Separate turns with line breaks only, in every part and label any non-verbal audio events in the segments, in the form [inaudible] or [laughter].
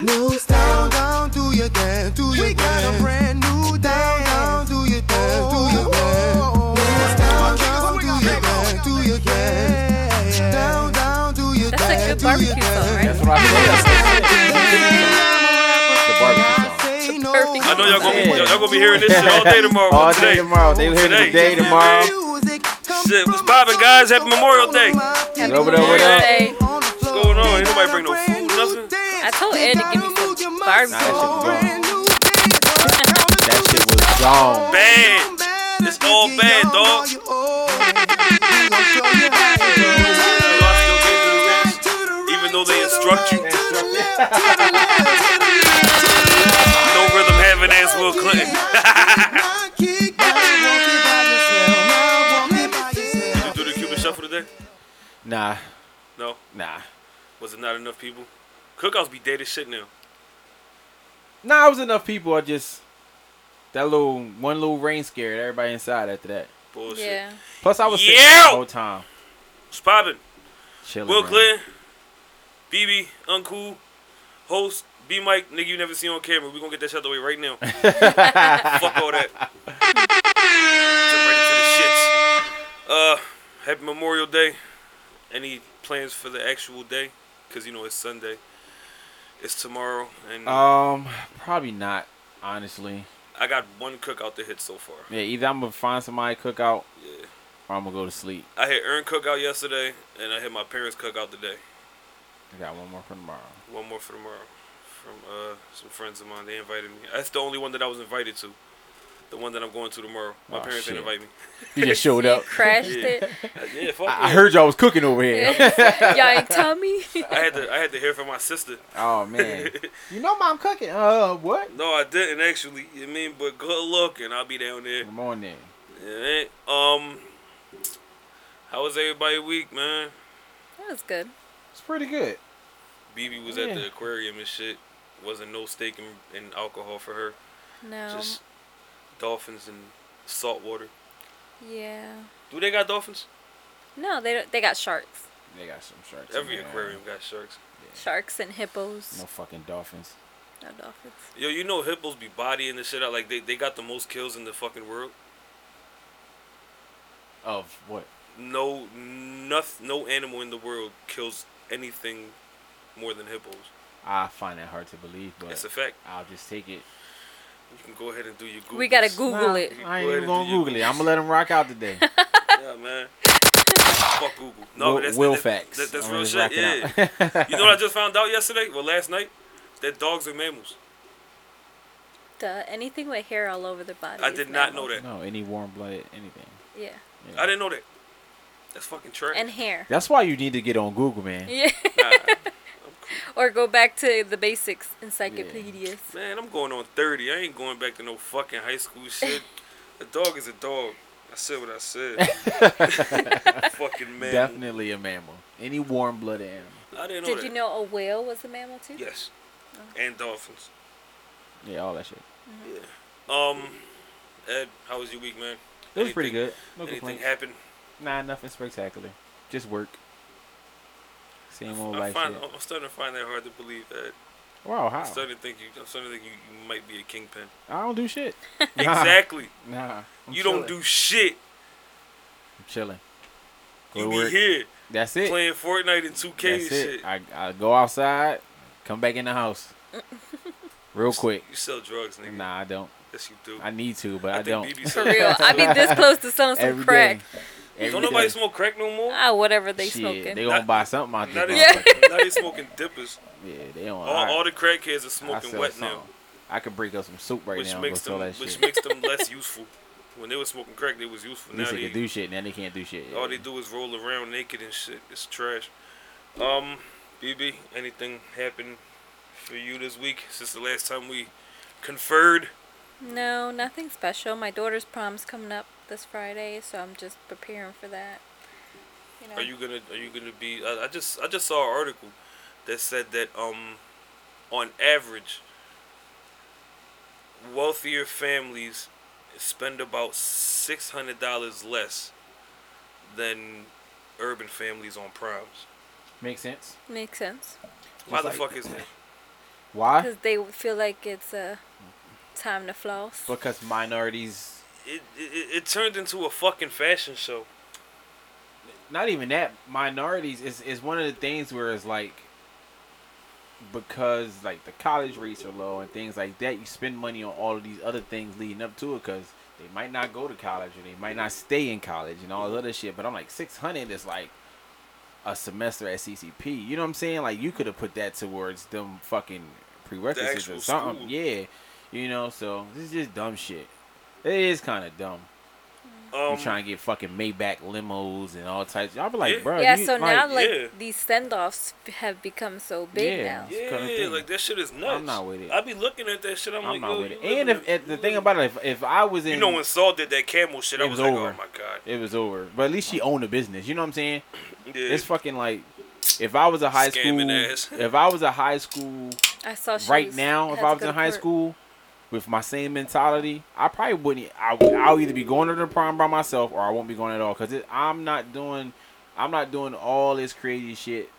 new style. Down, down, do your dance, do your
We got a
dance.
brand new
Down, down,
dance.
do your dance, do your
Oh,
dance.
oh, oh,
Dance,
oh.
down,
Okay,
down,
so we
do
got
your
that going.
dance, do your dance.
Yeah.
Down, down, do your
That's a
dance,
good
do your
barbecue song,
dance.
[laughs] right?
That's what I mean. The barbecue song.
Say no,
Perfect.
I know y'all gonna, be,
Yeah.
y'all gonna be hearing this shit all day tomorrow.
All
today.
day tomorrow. They hear it
Today.
today, tomorrow.
music come
Shit, what's
from
poppin', guys? Happy Memorial Day.
Happy
Rub it up,
Memorial
rub it up.
Day.
What's
going on? Ain't nobody bring no food, nothing?
I told Ed to give me some barbecue.
That shit was gone.
Bad. It's all bad, dog. You know I still can't do the dance, Even though they instruct you, no rhythm having ass Will Clinton. Did you [laughs] do the Cuban shuffle today?
Nah,
No.
nah.
Was it not enough people? Cookouts be dead as shit now.
Nah, it was enough people. I just that little one little rain scared everybody inside after that.
Bullshit.
Yeah.
Plus, I was sick
Yeah.
the whole time.
What's poppin'?
Chilling.
Will
man.
Clinton, BB, Uncool, host, B Mike, nigga you never see on camera. We gonna get that shit out the way right now. Fuck all that. Jump right into the shits. Uh, happy Memorial Day. Any plans for the actual day? Cause you know it's Sunday. It's tomorrow, and
Um, probably not. Honestly,
I got one cookout to hit so far.
yeah. Either I'm gonna find somebody to cook out,
Yeah.
or I'm gonna go to sleep.
I had Earn cookout yesterday, and I had my parents' cookout today.
I got one more for tomorrow.
One more for tomorrow from uh, some friends of mine. They invited me. That's the only one that I was invited to. The one that I'm going to tomorrow. My
Oh,
parents
shit.
didn't invite me.
[laughs] You just showed
You
[laughs]
up.
crashed
Yeah.
it.
I, yeah, fuck
I, I
yeah.
heard y'all was cooking over here.
[laughs] Y'all ain't tell me.
I had to. I had to hear from my
[laughs]
sister.
Oh
[laughs]
man, you know mom cooking. Uh, what?
No, I didn't actually. You mean, but good luck, and I'll be down there.
Come on then.
Yeah, um, how was everybody week, man?
That was good.
It's pretty good.
BB was at
Yeah.
the aquarium and shit. Wasn't no steak and, and alcohol for her.
No.
Just dolphins and salt water.
yeah.
Do they got dolphins?
No, they don't, they got sharks,
They got some sharks. in
Every
there.
aquarium got sharks.
sharks and hippos.
No fucking dolphins.
No dolphins.
Yo, you know hippos be bodying the shit out. Like they, they got the most kills in the fucking world.
Of what?
No, noth, no animal in the world kills anything more than hippos.
I find that hard to believe, but
It's a fact.
I'll just take it.
You can go ahead and do your Google.
We gotta Google
Nah,
it.
I
Go
ain't
ahead
even
and
gonna
do your
Google it. I'm gonna let them rock out today. [laughs]
Yeah, man. [laughs] Fuck Google.
Will,
No, but that's
Will
that-
facts.
That, that's
I'm
real
just
shit. Yeah.
rocking out. [laughs]
you know what I just found out yesterday? Well, last night, that dogs are mammals.
Duh, anything with hair all over their body.
I
is
did not know
mammals.
that.
No, any warm blooded anything.
Yeah.
Yeah.
I didn't know that. That's fucking trash.
And hair.
That's why you need to get on Google, man.
Yeah. [laughs]
Nah,
or go back to the basics, encyclopedias.
man, I'm going on thirty. I ain't going back to no fucking high
[laughs]
school shit. a dog is a dog. I said what I said. fucking man.
Definitely a mammal. Any warm blooded animal.
I didn't know
Did
that.
you Oh. know a whale was a mammal too?
Yes. And dolphins.
Yeah, all that shit.
Um, Ed, how was your week, man?
It was pretty
Anything-
good. No
Anything
complaints.
happen?
Nah, nothing spectacular. Just work. Same old
I
life
find,
shit.
I'm starting to find that hard to believe. Ed.
Wow,
I'm
how?
starting to think you. I'm starting to think you, you might be a kingpin.
[laughs] I don't do shit.
Exactly.
Nah. I'm
you don't
chilling.
do shit.
I'm chilling. Go
You
to
be
work.
here
That's it.
playing Fortnite and 2K and
That's
shit.
it. I, I go outside, come back in the
[laughs]
house, real quick.
You sell drugs, nigga.
Nah, I don't.
Yes, you do.
I need to, but I,
I think
don't. [laughs]
BB
For
sells-
real. I be this close to selling some
Every
crack.
day. Every
Don't nobody
day.
smoke crack no more.
Ah, whatever they
Shit,
smoking.
They gonna
Not-
buy something out
Now
there.
they,
Yeah.
now they smoking dippers.
yeah, they don't.
All, all the crackheads are smoking wet now,
I could break up some soup right
which
now,
makes
but sell
them
that
which
shit.
makes
[laughs]
them less useful. When they were smoking crack, they was useful.
At least
Now
they
they,
can do shit. Now they can't do shit.
all they do is roll around naked and shit. It's trash. Um, BB, anything happened for you this week since the last time we conferred?
No, nothing special. My daughter's prom's coming up this Friday, so I'm just preparing for that. You know,
Are you gonna Are you gonna be? I, I just I just saw an article that said that um, on average, wealthier families spend about six hundred dollars less than urban families on primes.
Makes sense.
makes sense.
Why
Just
the
like-
fuck is that?
Why?
because they feel like it's uh, time to floss.
Because minorities.
It, it it turned into a fucking fashion show.
Not even that. Minorities is is one of the things where it's like. Because like the college rates are low and things like that, you spend money on all of these other things leading up to it because they might not go to college or they might not stay in college and all this other shit. But I'm like six hundred is like a semester at CCP. You know what I'm saying? Like you could have put that towards them fucking prerequisites or
actual
something.
school.
Yeah, you know. So this is just dumb shit. It is kind of dumb.
Um,
you trying to get fucking Maybach limos and all types. I'll be like,
Yeah.
bro.
yeah,
you,
so
like,
now like
yeah.
these send offs have become so big
Yeah.
now.
It's
yeah,
kinda thing.
like that shit is nuts.
not with it.
I be looking at that shit. I'm,
I'm
like,
not
yo,
with it.
you
And
living
if,
a-
if the thing about it, if, if I was in,
you know when Saul did that camel shit, I
It
was,
was
like,
over.
oh my god.
it was over. But at least she owned the business. You know what I'm saying?
Yeah.
It's fucking like. If I was a high
Scamming ass.
school, if I was a high school
I saw she
right
was-
now, if
had
I
to
was
go
in
to
high
court.
school with my same mentality, I probably wouldn't. I would, I'll either be going to the prom by myself or I won't be going at all because I'm not doing. I'm not doing all this crazy shit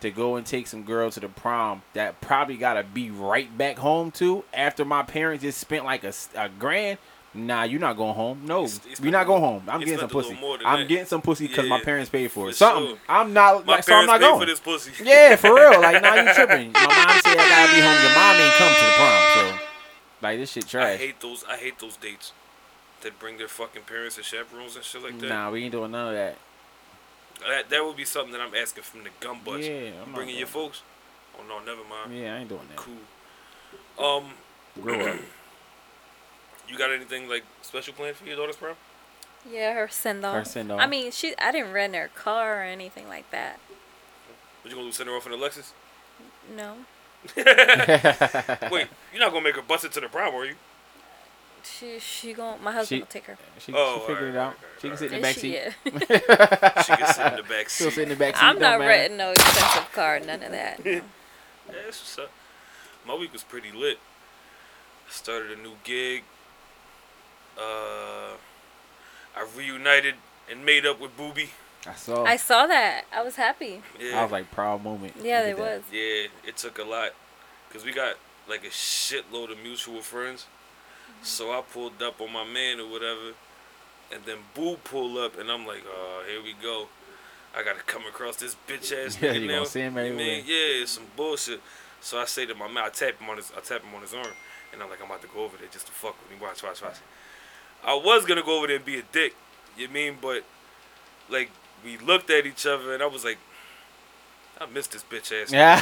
to go and take some girl to the prom that probably gotta be right back home to after my parents just spent like a, s- a grand. Nah, you're not going home. No,
He- he
you're
spent
not
a
going
little-
home. I'm
he
getting some
spent a
pussy.
little more than
I'm
that.
getting some pussy because my
Yeah,
parents paid for it.
for
Something.
sure.
I'm not.
my
like, so I'm
parents
not
paid
going.
for this
[laughs]
pussy.
Yeah, for real. Like, now you tripping. My mom said I gotta be home. Your mom ain't come to the prom, so like this shit
[laughs] I
trash.
hate those. I hate those dates that bring their fucking parents and chaperones and shit like that.
Nah, we ain't doing none of that.
That that would be something that I'm asking from the gum butts.
Yeah, I'm
you
not
bringing your
going.
folks? Oh no, never mind.
Yeah, I ain't doing that.
Cool. Um,
Grow up.
you got anything like special planned for your daughter's prom?
Yeah, her send off.
Her send-off.
I mean, she. I didn't rent her car or anything like that.
What you gonna send her off in
[laughs]
a Lexus?
No,
Wait, you're not gonna make her bust it to the prom, are you?
she she gon' My husband
She-
will take her.
She,
Oh,
she figured it out.
alright,
she can sit in
And
the back
she-
seat. [laughs]
yeah.
She can sit in the back
She'll
seat.
sit in the back seat.
I'm
don't
not
matter.
renting no expensive car, none of that.
[laughs]
no.
Yeah, that's what's up. My week was pretty lit. I started a new gig. Uh, I reunited and made up with Booby.
I saw.
I saw that. I was happy.
Yeah,
I was like proud moment.
Yeah,
Look
there
at that.
was.
yeah, it took a lot, cause we got like a shitload of mutual friends.
Mm-hmm.
So I pulled up on my man or whatever, and then Boo pulled up, and I'm like, oh, here we go. I gotta come across this
[laughs]
bitch ass
Yeah,
nigga
you
now.
gonna see him
You
everywhere.
mean, yeah, it's some bullshit. So I say to my man, I tap him on his, I tap him on his arm, and I'm like, I'm about to go over there just to fuck with him. Watch, watch, watch. I was gonna go over there and be a dick, you mean, but like we looked at each other, and I was like, I miss this bitch ass. [laughs]
Yeah.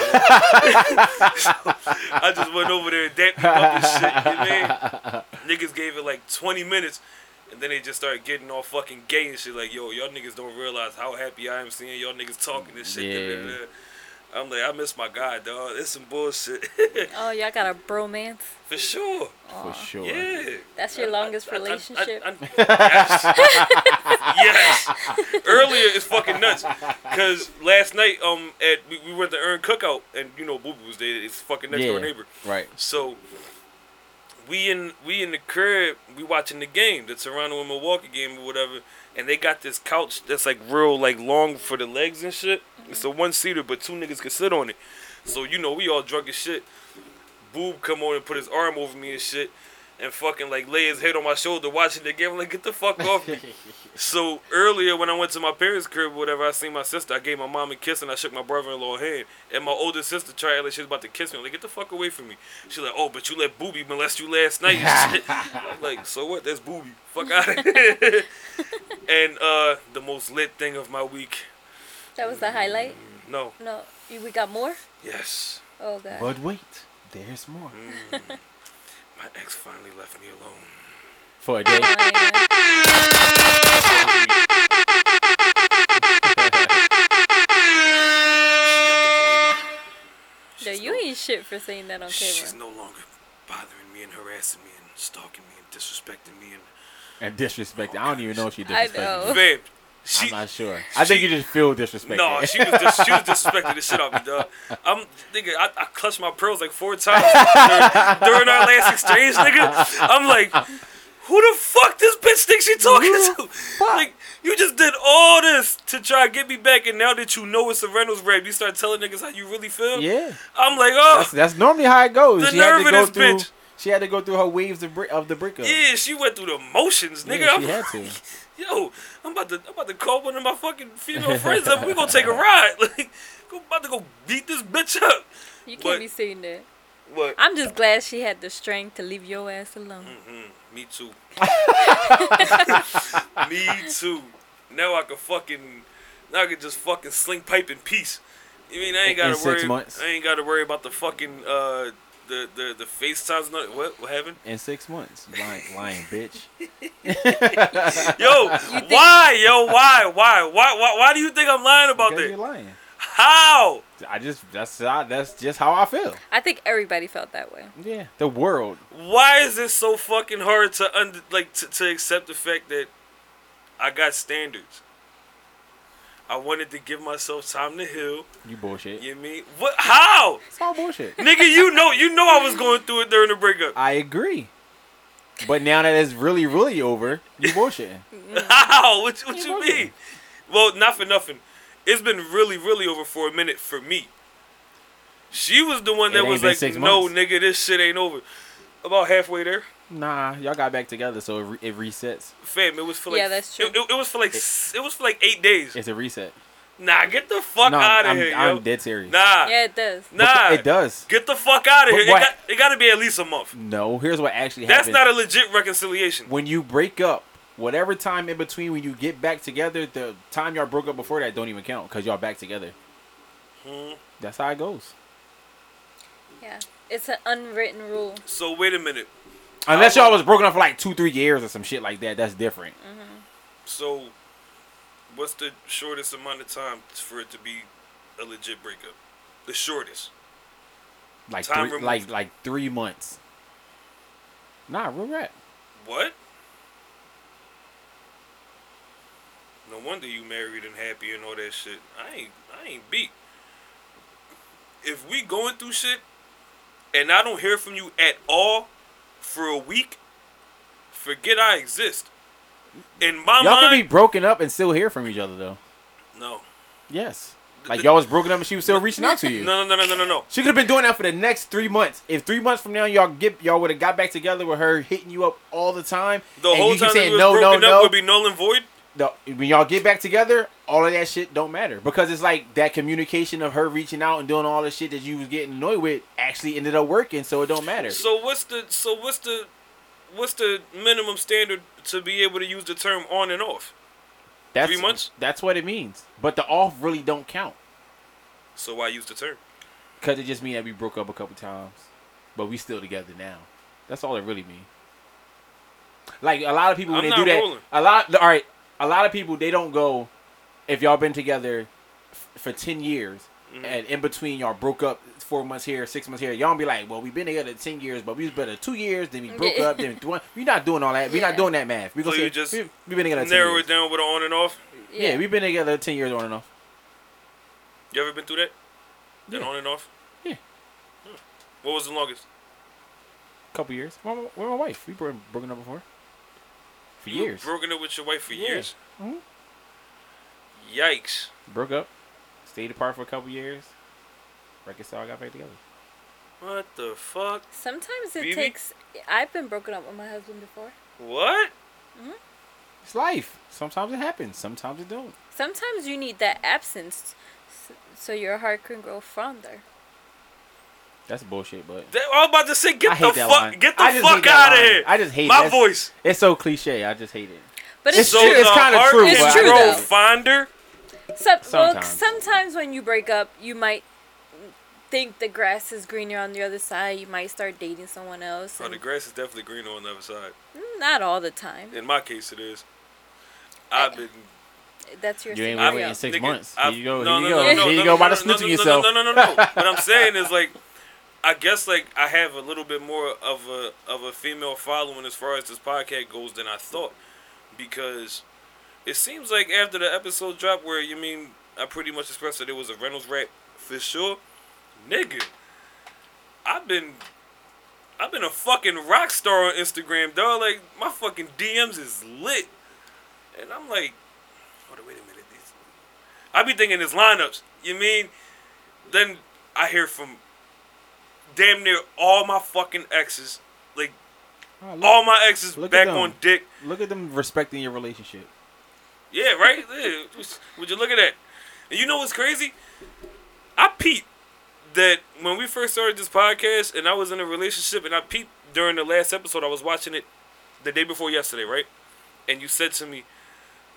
[laughs]
I just went over there and dapped him up and
[laughs]
shit, you mean? Niggas gave it like 20 minutes, and then they just started getting all fucking gay and shit. Like, yo, y'all niggas don't realize how happy I am seeing y'all niggas talking this shit.
Yeah.
I'm like, I miss my guy, dog. It's some bullshit. [laughs]
Oh, y'all got a bromance.
For sure.
For sure.
Yeah.
That's your longest
I- I- I-
relationship.
I- I- yes. [laughs] yes. Earlier is fucking nuts. Cause last night, um, at we, we were at the Earn Cookout, and you know, Boo Boo was there. It's fucking next door
Yeah.
neighbor.
Right.
So we in we in the crib, we watching the game, the Toronto and Milwaukee game or whatever, and they got this couch that's like real like long for the legs and shit. It's a one seater, but two niggas can sit on it. So you know we all drunk as shit. Boob come on and put his arm over me and shit, and fucking like lay his head on my shoulder watching the game. I'm like get the fuck off me. so earlier when I went to my parents' crib, or whatever, I seen my sister. I gave my mom a kiss and I shook my brother-in-law hand. And my older sister tried like she was about to kiss me. I'm like get the fuck away from me. She like oh but you let Booby molest you
[laughs]
last night. [laughs] and shit. I'm like so what? That's Booby. Fuck out of here. [laughs] and uh, the most lit thing of my week.
that was the highlight.
No.
No, you- we got more.
Yes.
Oh god.
But wait, there's more.
My ex finally left me alone.
For a day.
I- No,
She's
you
no-
ain't shit for saying that on
She's
camera.
no longer bothering me and harassing me and stalking me and disrespecting me and
And disrespect. I don't even know if she
I
disrespected.
know.
you.
babe.
I'm
She
not sure. I think
she-
you just feel disrespected. [laughs]
no, she was dis- she was disrespecting the shit out of me, dog. I'm nigga, I, I clutched my pearls like four times during, during our last exchange, nigga. I'm like, Who the fuck this bitch thinks she talking
Who the
to? Like, you just did all this to try to get me back, and now that you know it's a Reynolds rape, you start telling niggas how you really feel?
Yeah,
I'm like, oh,
that's that's normally how it goes.
The
she had
nerve
to
of
go
this
through.
bitch.
She had to go through her waves of, break, of the breakup.
yeah, she went through the motions, nigga.
Yeah,
I'm
she had
like,
to.
[laughs] Yo, I'm about to I'm about to call one of my fucking female friends up. We're gonna take a ride. [laughs] Like, I'm about to go beat this bitch up.
You can't
But-
be saying that.
What?
I'm just glad she had the strength to leave your ass alone.
Mm. Me
[laughs]
too. [laughs] Me too. Now I can fucking now I can just fucking sling pipe in peace. You mean I ain't
In- in
gotta
six
worry
months.
I ain't gotta worry about the fucking uh the the the FaceTimes not what what happened?
In six months, lying, lying
[laughs]
bitch. [laughs]
Yo, why? Yo, why? Why? Why why why do you think I'm lying about
Because you're
that?
lying.
How?
I just that's how, that's just how I feel.
I think everybody felt that way.
Yeah, the world.
Why is it so fucking hard to under like to, to accept the fact that I got standards? I wanted to give myself time to heal.
You bullshit.
You mean what? How,
It's all bullshit.
nigga? You know, you know, I was going through it during the breakup.
[laughs]
I agree. But now that it's really, really over, you
[laughs]
bullshitting.
How? What, what
You
you
bullshit.
mean? Well, not for nothing. It's been really, really over for a minute for me. She was the one
It
that
ain't
was
been
like,
six
"No,
months."
nigga, this shit ain't over." About halfway there,
Nah, y'all got back together, so it, re- it resets.
fam. It was for like
Yeah, that's true.
It, it- it was for like s- it was for like eight days.
It's a reset.
Nah, get the fuck
no,
out of
I'm,
here,
I'm
yo.
dead serious.
Nah,
Yeah, it does.
But
nah.
it does.
Get the fuck out
But
of here. It
what-
got, it got to be at least a month.
No, here's what actually
That's
happened.
not a legit reconciliation.
when you break up, whatever time in between when you get back together, the time y'all broke up before that don't even count because y'all back together.
Hmm.
That's how it goes.
Yeah. It's an unwritten rule.
So wait a minute.
Unless y'all was broken up for like two, three years or some shit like that. That's different.
Mm. So, what's the shortest amount of time for it to be a legit breakup? The shortest.
Like
Time
three,
removed.
like like three months. Nah, real rap.
What? No wonder you married and happy and all that shit. I ain't. I ain't beat. If we going through shit, and I don't hear from you at all for a week, forget I exist. In my
Y'all could be
mind,
broken up and still hear from each other though.
no.
Yes. Like y'all was broken up and she was still reaching out
[laughs]
to you.
No, no, no, no, no, no, no.
She could have been doing that for the next three months. If three months from now y'all get y'all would have got back together with her hitting you up all the time.
The
and
whole
you keep
time that
saying
we was
no, no,
broken up
no.
would be null and void.
the, when y'all get back together, all of that shit don't matter because it's like that communication of her reaching out and doing all the shit that you was getting annoyed with actually ended up working, so it don't matter.
So what's the so what's the what's the minimum standard to be able to use the term on and off?
that's,
three months?
That's what it means. But the off really don't count
So why use the term?
because it just means that we broke up a couple times, but we still together now. That's all it really means. Like a lot of people when
I'm
they do
not
that,
rolling.
a lot. All right, a lot of people they don't go. If y'all been together f- for ten years,
Mm-hmm.
and in between y'all broke up four months here, six months here, y'all be like, well, we been together ten years, but we was better two years, then we broke
Yeah.
up,
[laughs]
then one. We not doing all that. We
Yeah.
not doing that math. We gonna
So
say,
you just
we, we been together ten
Narrow
years.
it down with an on and off.
Yeah. we've been together ten years on and off.
You ever been through that? That
Yeah.
on and off.
Yeah.
Hmm. What was the longest?
Couple years. Where my, where my wife? We bro- broken up before. For
You were
years.
Broken up with your wife for
Yeah.
years.
Mhm.
Yikes.
broke up, stayed apart for a couple years, reconciled, got back together.
What the fuck?
Sometimes it
BB?
takes. I've been broken up with my husband before.
What?
It's life. Sometimes it happens. Sometimes it don't.
Sometimes you need that absence s- so your heart can grow fonder.
That's bullshit, but
That, I was about to say,
I
get
hate
the
that
fuck,
line.
get the
I just hate
fuck
that
out of
line.
here.
I just hate
my
it.
voice.
It's so cliche. I just hate it.
But
It's
it's,
So
true-
the
it's kinda
heart
true,
is
but I don't
grow
like it.
fonder.
Some, Well,
Sometimes.
sometimes when you break up, you might think the grass is greener on the other side. You might start dating someone else.
Oh, the
and-
grass is definitely greener on the other side.
not all the time.
In my case, it is. I've been.
That's your
You ain't
scenario.
been waiting six
nigga,
months.
I've-
Here you go.
no,
Here
no,
you
no,
go.
no,
Here
no,
you go about
no,
to
no,
snitching
no,
yourself.
No, no,
[laughs]
no, no. no. what I'm saying is like, I guess like I have a little bit more of a of a female following as far as this podcast goes than I thought, because it seems like after the episode dropped, where you mean I pretty much expressed that it was a Reynolds rap for sure, nigga. I've been. I've been a fucking rock star on Instagram, dog. Like my fucking DMs is lit, and I'm like, hold on, wait a minute. These, I be thinking it's lineups. You mean? Then I hear from damn near all my fucking exes, like
Oh, look,
all my exes
Look at
back
them.
on dick.
look at them respecting your relationship.
Yeah, right. Yeah, just- Would you look at that? And you know what's crazy? I peeped that when we first started this podcast, and I was in a relationship, and I peeped during the last episode. I was watching it the day before yesterday, right? And you said to me,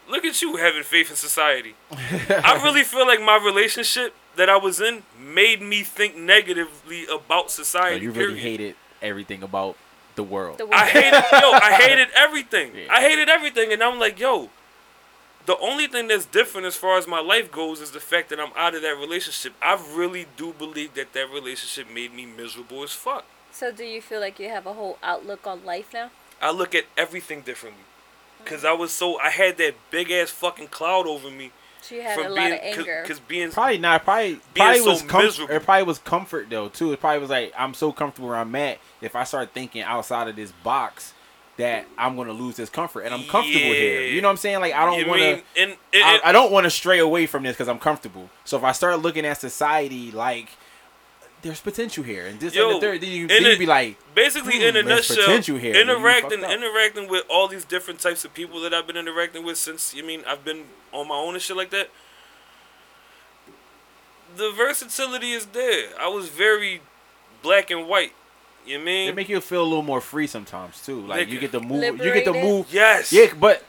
"Look at you having faith
[laughs]
in society." I really feel like my relationship that I was in made me think negatively about
Like,
society.
Oh, you really
period.
hated everything about the world.
The
I
word.
hated yo,
[laughs]
I hated everything.
Yeah.
I hated everything, and I'm like, yo, the only thing that's different as far as my life goes is the fact that I'm out of that relationship. I really do believe that that relationship made me miserable as fuck.
So do you feel like you have a whole outlook on life now?
I look at everything differently, cause I was so I had that big ass fucking cloud over me
So you had a
from
lot
being
of anger.
cause being
Probably not. Probably probably
so
was comfort.
miserable.
It probably was comfort though too. It probably was like I'm so comfortable where I'm at. If I start thinking outside of this box, that I'm gonna lose this comfort, and I'm comfortable here.
Yeah.
You know what I'm saying? Like I
you
don't want
mean,
to.
and it,
I,
it,
I don't want to stray away from this because I'm comfortable. So if I start looking at society like there's potential here, and this
Yo,
and the third, then you
and
then
it-
you'd be like,
basically
Hmm,
in a
there's
nutshell
potential here. You
interacting
fucked up.
interacting with all these different types of people that I've been interacting with since you mean I've been on my own and shit like that the versatility is there I was very black and white you mean
it make you feel a little more free sometimes too. Like you
Nigga.
get to move. You get to
Liberated.
move.
yes
Yeah, but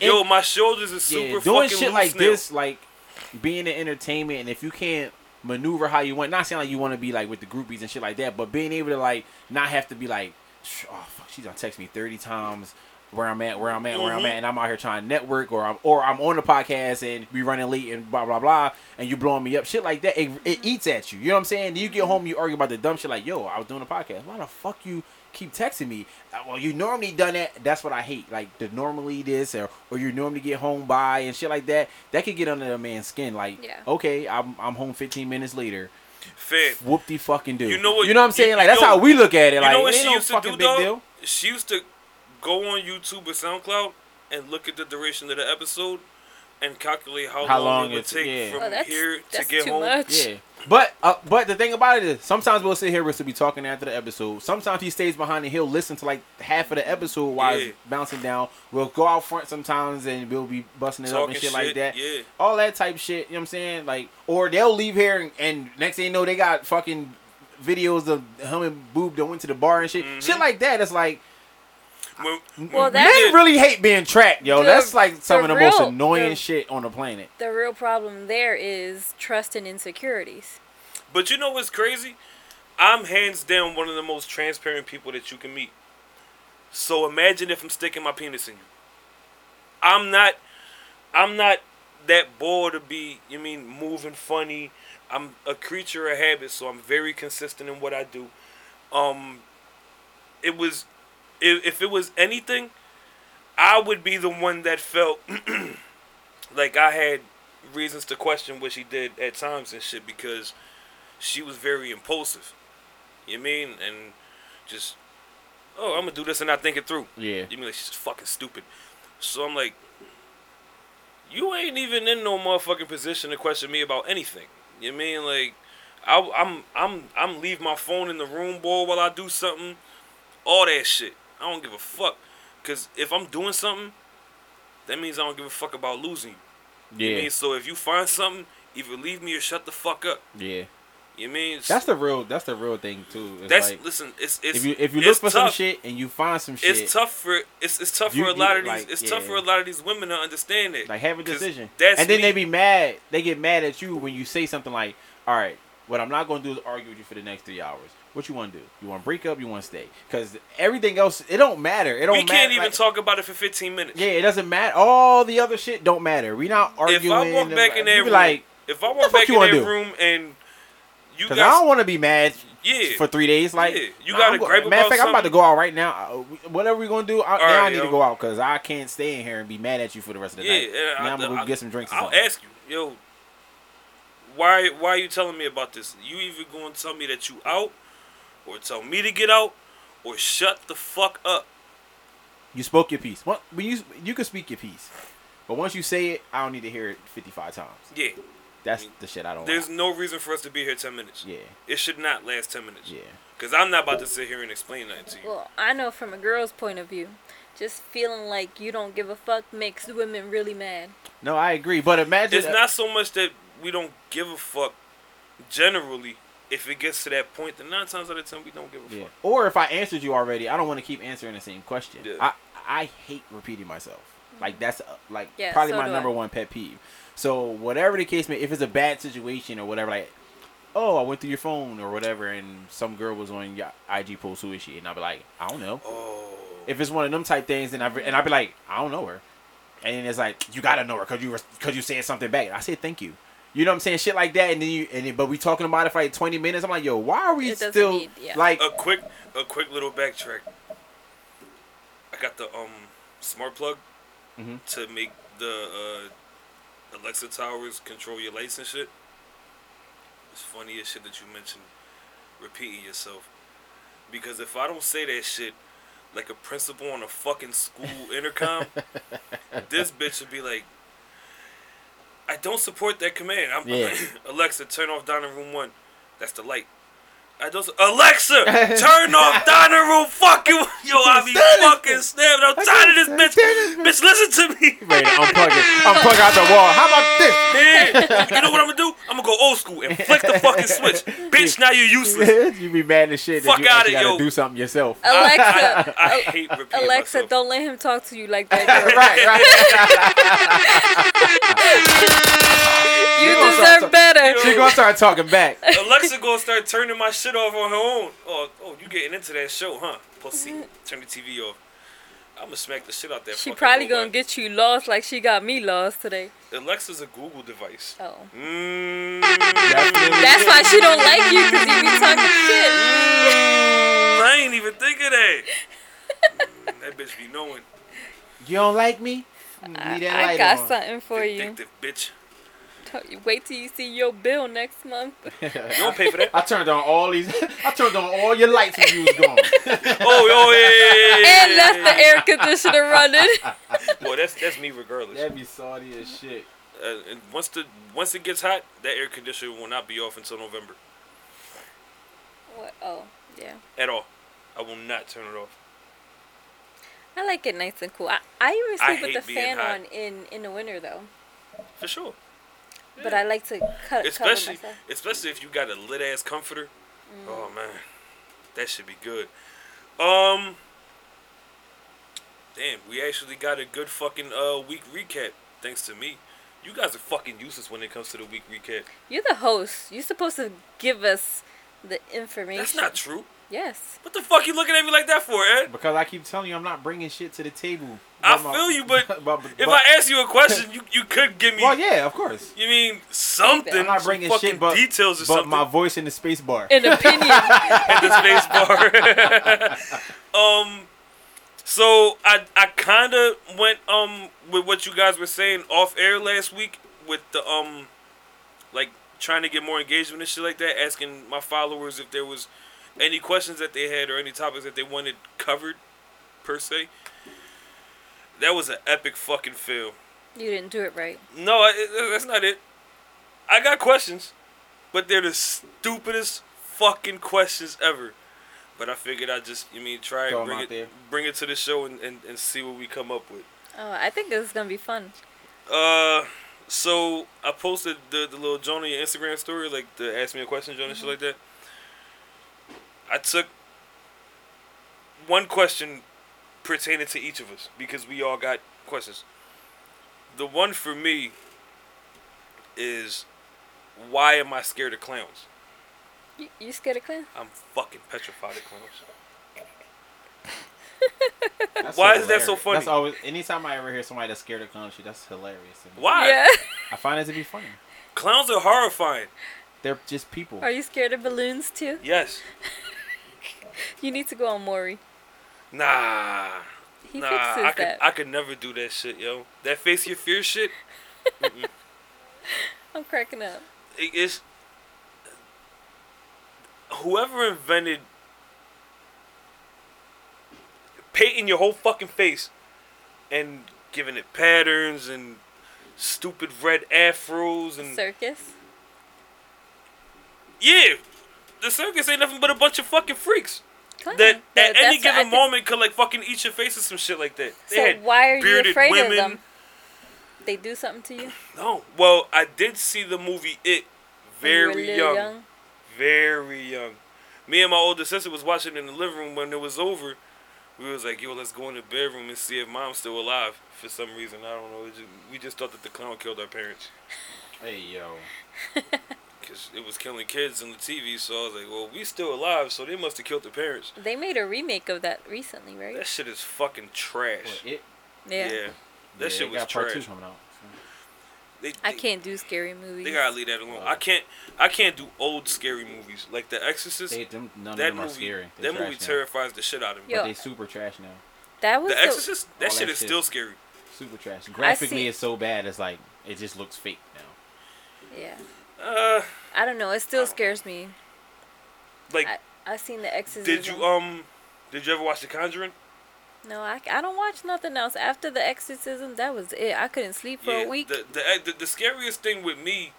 yo my shoulders are super
yeah, doing
fucking
shit
loose
like
now.
this, like being in entertainment, and if you can't maneuver how you want, not saying like you want to be like with the groupies and shit like that, but being able to like not have to be like, "Sh- oh fuck, she's gonna text me thirty times where I'm at, where I'm at, where I'm at, and I'm out here trying to network, or I'm or I'm on the podcast and we running late and blah blah blah, and you blowing me up, shit like that. It, it eats at you. You know what I'm saying? You get home, you argue about the dumb shit like, yo, I was doing a podcast. Why the fuck you? keep texting me. Uh, Well, you normally done that. That's what I hate. Like the normally this or or you normally get home by and shit like that. That could get under a man's skin. Like,
Yeah.
okay, I'm I'm home 15 minutes later.
Fam.
Whoop de fucking do.
You know what-
You know what I'm saying?
you-
Like that's
yo,
how we look at it.
You
like
know what
it
she
ain't no
used to
fucking
do
big
though?
deal.
She used to go on YouTube or SoundCloud and look at the duration of the episode and calculate how,
How
long,
long
it would
it's-
take
yeah.
from
Oh, that's,
here to
that's
get
too
home.
much.
Yeah. But uh, but the thing about it is sometimes we'll sit here we'll still be talking after the episode. Sometimes he stays behind and he'll listen to like half of the episode while
Yeah.
it's bouncing down. We'll go out front sometimes and we'll be busting it up
Talking
and shit, like that.
Yeah.
all that type shit. You know what I'm saying? Like, or they'll leave here and, and next thing you know, they got fucking videos of him and Boob that went to the bar and shit,
Mhm.
shit like that. It's like
When-
Well,
when
that-
we
men
did-
really hate being tracked, yo.
The-
That's like some
the
of the most
real-
annoying
the-
shit on the planet.
The real problem there is trust and insecurities.
But you know what's crazy? I'm hands down one of the most transparent people that you can meet. So imagine if I'm sticking my penis in you. I'm not I'm not that bored to be, you mean, moving funny. I'm a creature of habit, so I'm very consistent in what I do. Um it was if, if it was anything, I would be the one that felt [clears throat] like I had reasons to question what she did at times and shit because she was very impulsive. You mean and just oh I'm gonna do this and not think it through.
Yeah.
You mean like she's fucking stupid. So I'm like, you ain't even in no motherfucking position to question me about anything. You mean like, I, I'm I'm I'm leave my phone in the room, boy, while I do something. All that shit. I don't give a fuck. Cause if I'm doing something, that means I don't give a fuck about losing you. You
Yeah,
mean so if you find something, either leave me or shut the fuck up.
yeah.
You mean
That's the real. That's the real thing too. It's
that's
like,
listen. It's it's
if you if you look
it's
for some
tough.
shit and you find some shit,
It's tough for it's, it's tough
You-
for a
you-
lot of these
like,
it's tough
yeah.
for a lot of these women to understand it.
Like have a
'Cause
decision.
That's
and then
me.
they be mad. They get mad at you when you say something like, "All right, what I'm not going to do is argue with you for the next three hours. What you want to do? You want to break up? You want to stay? Because everything else, it don't matter. It don't
we
matter.
can't even
like-
talk about it for 15 minutes.
Yeah, it doesn't matter. All the other shit don't matter. We not arguing.
if I walk back in
You
that
be
room,
like,
if I
fuck
walk back
you
in
wanna
that
do?
room and you
because
guys,
I don't want to be mad
yeah,
for three days. Like,
Yeah, you
nah,
gotta
I'm go-
gripe
Matter
about
of fact, I'm about to
something.
go out right now. Uh, Whatever we gonna do, I, now
right,
I need to
yo.
go out because I can't stay in here and be mad at you for the rest of the
yeah.
night.
and
Now
I,
I, am gonna go
I-
get some drinks. or
I'll
something.
ask you, yo, why why are you telling me about this? You either gonna tell me that you out, or tell me to get out, or shut the fuck up.
You spoke your piece. What? When you you can speak your piece, but once you say it, I don't need to hear it fifty five times.
Yeah,
That's the shit I don't.
Mm. there's
like.
no reason for us to be here ten minutes.
Oh, Yeah,
It should not last ten minutes.
yeah.
Cause I'm not about to sit here and explain that to you.
Well, I know from a girl's point of view, just feeling like you don't give a fuck makes women really mad.
No, I agree. But imagine
it's not so much that we don't give a fuck. Generally, if it gets to that point, then nine times out of ten we don't give a
Yeah.
fuck.
Or if I answered you already, I don't want to keep answering the same question.
Yeah.
I I hate repeating myself. Like that's uh, like
Mm-hmm. Yeah,
probably
so
my
do
number
I.
one pet peeve. So whatever the case may, if it's a bad situation or whatever, like oh I went through your phone or whatever, and some girl was on your IG post who is she, and I'll be like I don't know.
Oh,
If it's one of them type things, then I and I'll be like I don't know her, and then it's like you gotta know her because you because you said something back. I said thank you. You know what I'm saying? Shit like that, and then you and then, but we talking about it for like 20 minutes. I'm like, yo, why are we
It doesn't
still
need- yeah.
like?
a quick, a quick little backtrack. I got the um smart plug
Mhm.
to make the uh, Alexa towers control your lights and shit. It's funny as shit that you mentioned repeating yourself because if I don't say that shit like a principal on a
[laughs]
fucking school intercom, this bitch would be like. I don't support that command. I'm
Yeah.
[laughs] Alexa, turn off dining room one. That's the light. I don't. Alexa, turn off dining room. Fucking yo, I be fucking snapping. I'm tired of this bitch. Bitch, listen to me.
Ready to unplug it. Unplug out the wall. How about this?
Yeah. You know what I'm gonna do? I'm gonna go old school and flick the fucking switch. Bitch, now you're
[laughs]
useless.
you be mad as shit. that
Fuck
you
outta
actually gotta
yo.
do something yourself.
Alexa,
I
[laughs]
hate repeating
Alexa,
myself.
don't let him talk to you like that.
[laughs]
Girl.
right, right.
you
gonna start
deserve
talk-
better.
She gonna start talking back.
Alexa gonna start turning my shit off on her own. Oh, oh, you getting into that show, huh? Pussy, turn the TV off. I'm gonna smack the shit out there.
Mm-hmm. She probably gonna get you lost like she got me lost today.
Alexa's a Google device.
Oh.
Mm,
That's why she don't like you because you be talking shit.
I ain't even think
[laughs]
of that. Mm, that bitch be knowing.
[laughs] You don't like me? Hmm, Leave that
I, I
light
got
on.
something for you.
Addictive bitch.
Don't- Wait till you see your bill next month. [laughs]
You don't pay for that.
I turned on all these. [laughs] I turned on all your lights when you was gone.
[laughs] Oh, yo, yeah, yeah, yeah,
and
yeah,
left
yeah,
the air conditioner running.
yeah. Boy, that's that's me regardless.
That'd be salty as shit.
Uh, and once the once it gets hot, that air conditioner will not be off until November
what? Oh, yeah.
at all. I will not turn it off.
I like it nice and cool. I, I even
I
sleep with
hate
the fan
being hot.
on in in the winter though.
For sure.
But I like to cut
especially
cover myself.
especially if you got a lit ass comforter.
Mm-hmm.
Oh man, that should be good. Um, damn, we actually got a good fucking uh week recap thanks to me. You guys are fucking useless when it comes to the week recap.
You're the host. You're supposed to give us the information.
That's not true.
Yes.
What the fuck you looking at me like that for, Ed?
Because I keep telling you, I'm not bringing shit to the table.
I
But my-
feel you, but
[laughs] but- but-
If I ask you a question, you you could give me.
well, yeah, of course.
You mean something?
I'm
I'm not
some
bringing
fucking
shit, but
details or
but
something.
my voice in the space bar.
An opinion.
[laughs] at the
[laughs]
space bar. [laughs] um, so I I kind of went um with what you guys were saying off air last week with the um like trying to get more engagement and shit like that, asking my followers if there was any questions that they had or any topics that they wanted covered per se. That was an epic fucking fail.
you didn't do it right.
No, I- I- that's not it. I got questions, but they're the stupidest fucking questions ever. But I figured I just, you mean, try
Throw
and
'em
bring
out
it,
there.
bring it to the show and, and, and see what we come up with.
Oh, I think it's gonna be fun.
Uh, so I posted the, the little Jonah your Instagram story, like the ask me a question, Jonah,
Mm-hmm.
shit like that. I took one question pertaining to each of us because we all got questions. The one for me is why am I scared of clowns?
You, you scared of clowns?
I'm fucking petrified of clowns.
That's
Why is that so
hilarious.
funny?
That's always. Anytime I ever hear somebody that's scared of clown shit, that's hilarious. to me.
Why?
Yeah. [laughs]
I find it to be funny.
Clowns are horrifying.
They're just people.
Are you scared of balloons too?
Yes.
You need to go on Maury.
Nah.
He
nah,
fixes
I could
that.
I could never do that shit, yo. That face your fear shit. mm-mm.
I'm cracking up.
it- it's whoever invented painting your whole fucking face and giving it patterns and stupid red afros and
Circus.
yeah, the circus ain't nothing but a bunch of fucking freaks
Clown.
that
But
at any
that's-
given
I think-
moment could like fucking eat your face or some shit like that. They
So
had
why are you
bearded
afraid
women.
of them? They do something to you.
No, well, I did see the movie It
when you were
very
little,
young, very young. Me and my older sister was watching it in the living room when it was over. We was like, yo, let's go in the bedroom and see if mom's still alive. For some reason, I don't know. It just, we just thought that the clown killed our parents.
Hey yo.
Cause it was killing kids on the TV, so I was like, "Well, we still alive, so they must have killed the parents."
They made a remake of that recently, right?
That shit is fucking trash.
It,
Yeah,
yeah.
that
yeah,
shit
it
was
got part two
trash.
coming out.
They,
I
they-
can't do scary movies.
They gotta leave that alone.
Wow.
I can't. I can't do old scary movies like The Exorcist.
They, them, none
that
of them
movie,
are scary. They're
that movie
trash now.
terrifies the shit out of me.
Yo,
But they super trash now.
that was
The Exorcist, that
All
shit
that
is
shit.
still scary.
Super trash. Graphically,
see-
it's so bad. It's like it just looks fake now.
Yeah.
Uh,
I don't know. It still scares me.
like,
I I seen the Exorcist.
did you um, did you ever watch The Conjuring?
No, I, I don't watch nothing else after the exorcism. That was it. I couldn't sleep for a week.
The, the the the scariest thing with me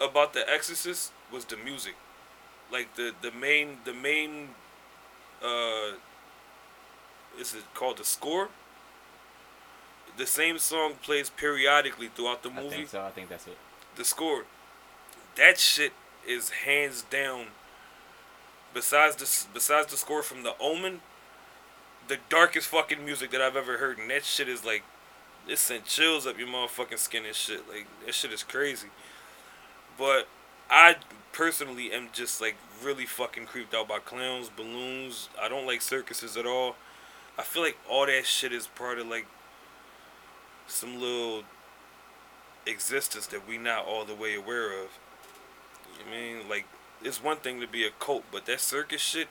about The Exorcist was the music, like the the main the main, uh, is it called the score? The same song plays periodically throughout the
I
movie.
think so. I think that's it.
the score. That shit is hands down. Besides the besides the score from The Omen, the darkest fucking music that I've ever heard, and that shit is like, it sent chills up your motherfucking skin and shit. Like that shit is crazy. But I personally am just like really fucking creeped out by clowns, balloons. I don't like circuses at all. I feel like all that shit is part of like some little existence that we not all the way aware of. You mean like it's one thing to be a cult, but that circus shit,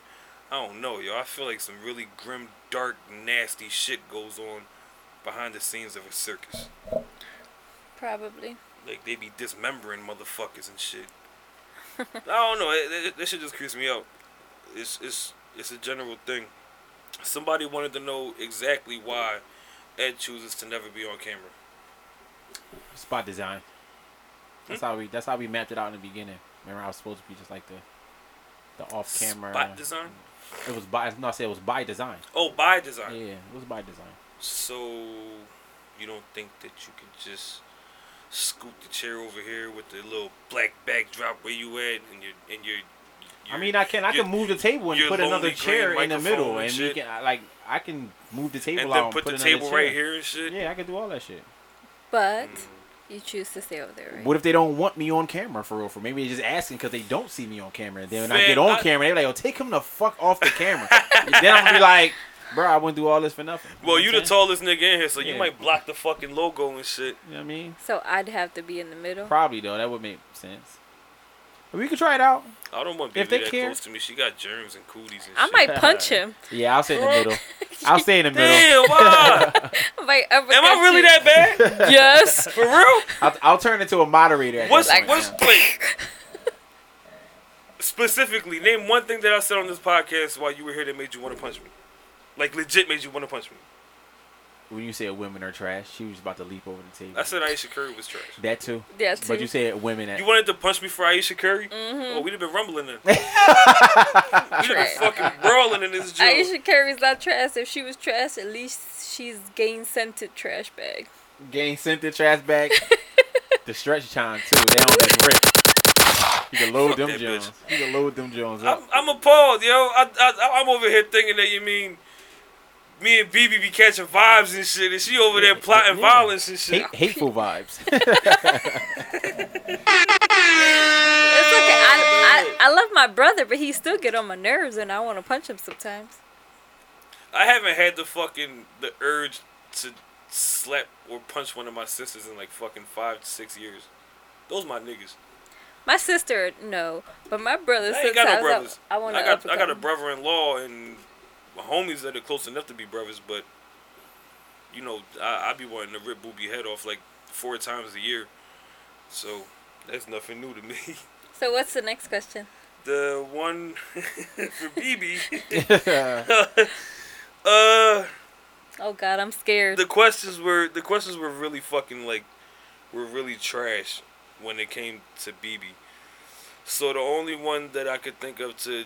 I don't know, yo. I feel like some really grim, dark, nasty shit goes on behind the scenes of a circus.
Probably.
Like they be dismembering motherfuckers and shit. I don't know. It, it, that shit just creeps me out. It's it's it's a general thing. Somebody wanted to know exactly why Ed chooses to never be on camera.
Spot design.
Hmm?
That's how we. That's how we mapped it out in the beginning. Remember, I was supposed to be just like the, the off camera.
Spot design.
It was by. No, I said it was by design.
Oh, by design.
Yeah, it was by design.
So, you don't think that you could just scoot the chair over here with the little black backdrop where you at, and your and your. your
I mean, I can. I
your-
can move the table and
your
put another
lonely
chair
green
in the
microphone
middle,
and
and we
shit.
can I, like. I can move the table
and
out
then
and
put the
another
table
chair.
right here and shit.
Yeah, I can do all that shit.
But
Mm.
you choose to stay over there, right?
What if they don't want me on camera for real? For maybe they're just asking because they don't see me on camera. And then when I
Man,
get on
I-
camera, they're like, "Oh, take him the fuck off the camera." [laughs] And then I'm gonna be like, "Bro, I wouldn't do all this for nothing." know
Well, you
what
the
I'm
tallest nigga in here, so
Yeah.
you might block the fucking logo and shit.
saying? You know what I mean?
so I'd have to be in the middle.
Probably though. That would make sense. We could try it out.
I don't want
If
baby
they
that
care.
close to me. She got germs and cooties and
I
[laughs]
shit.
might punch him. [laughs]
Yeah, I'll stay in the middle. [laughs] I'll stay in the middle.
[laughs]
Damn, why?
I'm like,
Am I
[laughs]
really that bad?
bad? [laughs] Yes.
For real?
I'll, I'll turn into a moderator. At
[laughs] What's
that point, [laughs]
what's
yeah.
wait? Specifically, name one thing that I said on this podcast while you were here that made you want to punch me. Like legit made you want to punch me.
when you said women are trash? She was about to leap over the table.
I said Aisha Curry was trash.
that too.
Yeah,
But
too.
you said women. At,
You wanted to punch me for Aisha Curry? Mm-hmm. Oh, we'd have been rumbling then. we'd have been
Right.
fucking brawling in this joint.
Aisha Curry's not trash. If she was trash, at least she's gain scented trash bag.
Gang sent the trash
[laughs]
back. the stretch time too. They don't get rip. You can load
Fuck
them
that
Jones.
bitch.
You can load them Jones
I'm,
up.
I'm appalled, yo. I, I, I'm over here thinking that you mean me and BB be catching vibes and shit, and she over there
Yeah,
plotting
yeah.
violence and shit.
Hate, hateful vibes.
[laughs]
[laughs]
It's okay. I, I, I love my brother, but he still get on my nerves, and I want to punch him sometimes.
I haven't had the fucking the urge to slap or punch one of my sisters in like fucking five to six years. Those my niggas.
My sister, no, but my brother.
I ain't got no
sometimes I-
brothers.
I, want to.
I got I got a brother-in-law and my homies that are close enough to be brothers, but you know I I be wanting to rip booby head off like four times a year, so that's nothing new to me. [laughs]
So what's the next question?
The one for BB.
yeah.
uh, Uh,
Oh God, I'm scared.
the questions were the questions were really fucking like were really trash when it came to BB. So the only one that I could think of to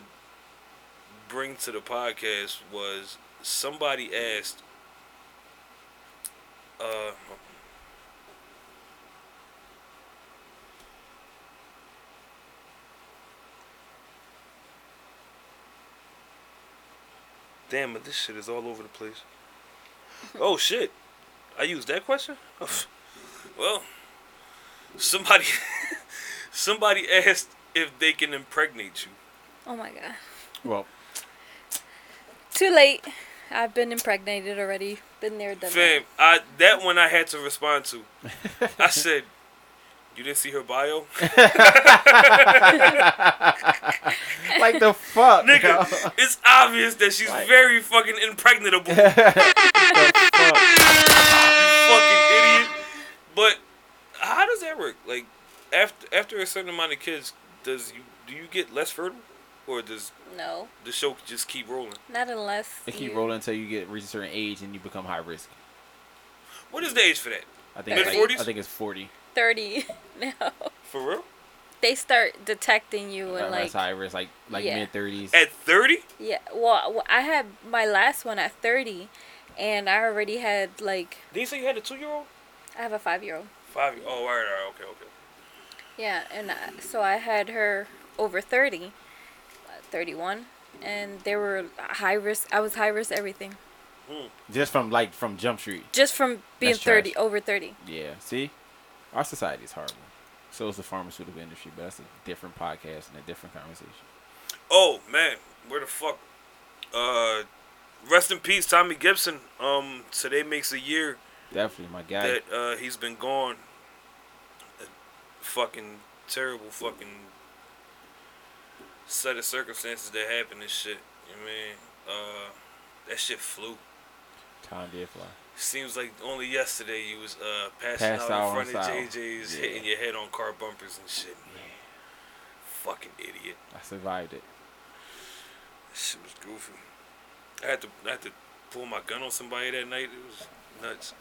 bring to the podcast was somebody asked uh Damn, but this shit is all over the place. Oh shit! I used that question. [laughs] well, somebody, [laughs] somebody asked if they can impregnate you.
oh my God.
Well,
Too late. I've been impregnated already. Been there, done that.
Fam, I that one I had to respond to. I said, "You didn't see her bio, [laughs]
like the fuck,
nigga. It's obvious that she's
Right.
very fucking impregnable." You fucking idiot. But how does that work? Like, after after a certain amount of kids, does you do you get less fertile, or does
No,
the show just keep rolling?
not unless.
They keep
you-
rolling until you get reach a certain age and you become high risk.
What is the age for that?
I think it's like,
Mid-forties?
I think it's forty.
Thirty. [laughs] No,
For real?
they start detecting you and like.
that's high risk, like like
Yeah.
mid thirties.
At 30?
Yeah. Well, well, I had my last one at thirty, and I already had like
Did you say you had a two year old?
I have a five-year-old.
Five year Oh, all right, all right, okay, okay.
Yeah, and I, so I had her over 30, uh, 31, and they were high risk. I was high risk everything
Just from like from Jump Street.
just from being
That's trash.
30 over 30.
Yeah. See, our society is horrible. So is the pharmaceutical industry, but that's a different podcast and a different conversation.
Oh, man. Where the fuck? Uh, rest in peace, Tommy Gibson. Um, today makes a year
Definitely, my guy.
that uh, he's been gone. A fucking terrible fucking set of circumstances that happened and shit. You know what I mean? Uh, that shit flew.
Time did fly.
Seems like only yesterday you was uh passing
Passed
out
out
in front
on
of
style.
JJ's,
Yeah.
hitting your head on car bumpers and shit. Fucking idiot.
I survived it.
That shit was goofy. I had to I had to pull my gun on somebody that night. It was nuts.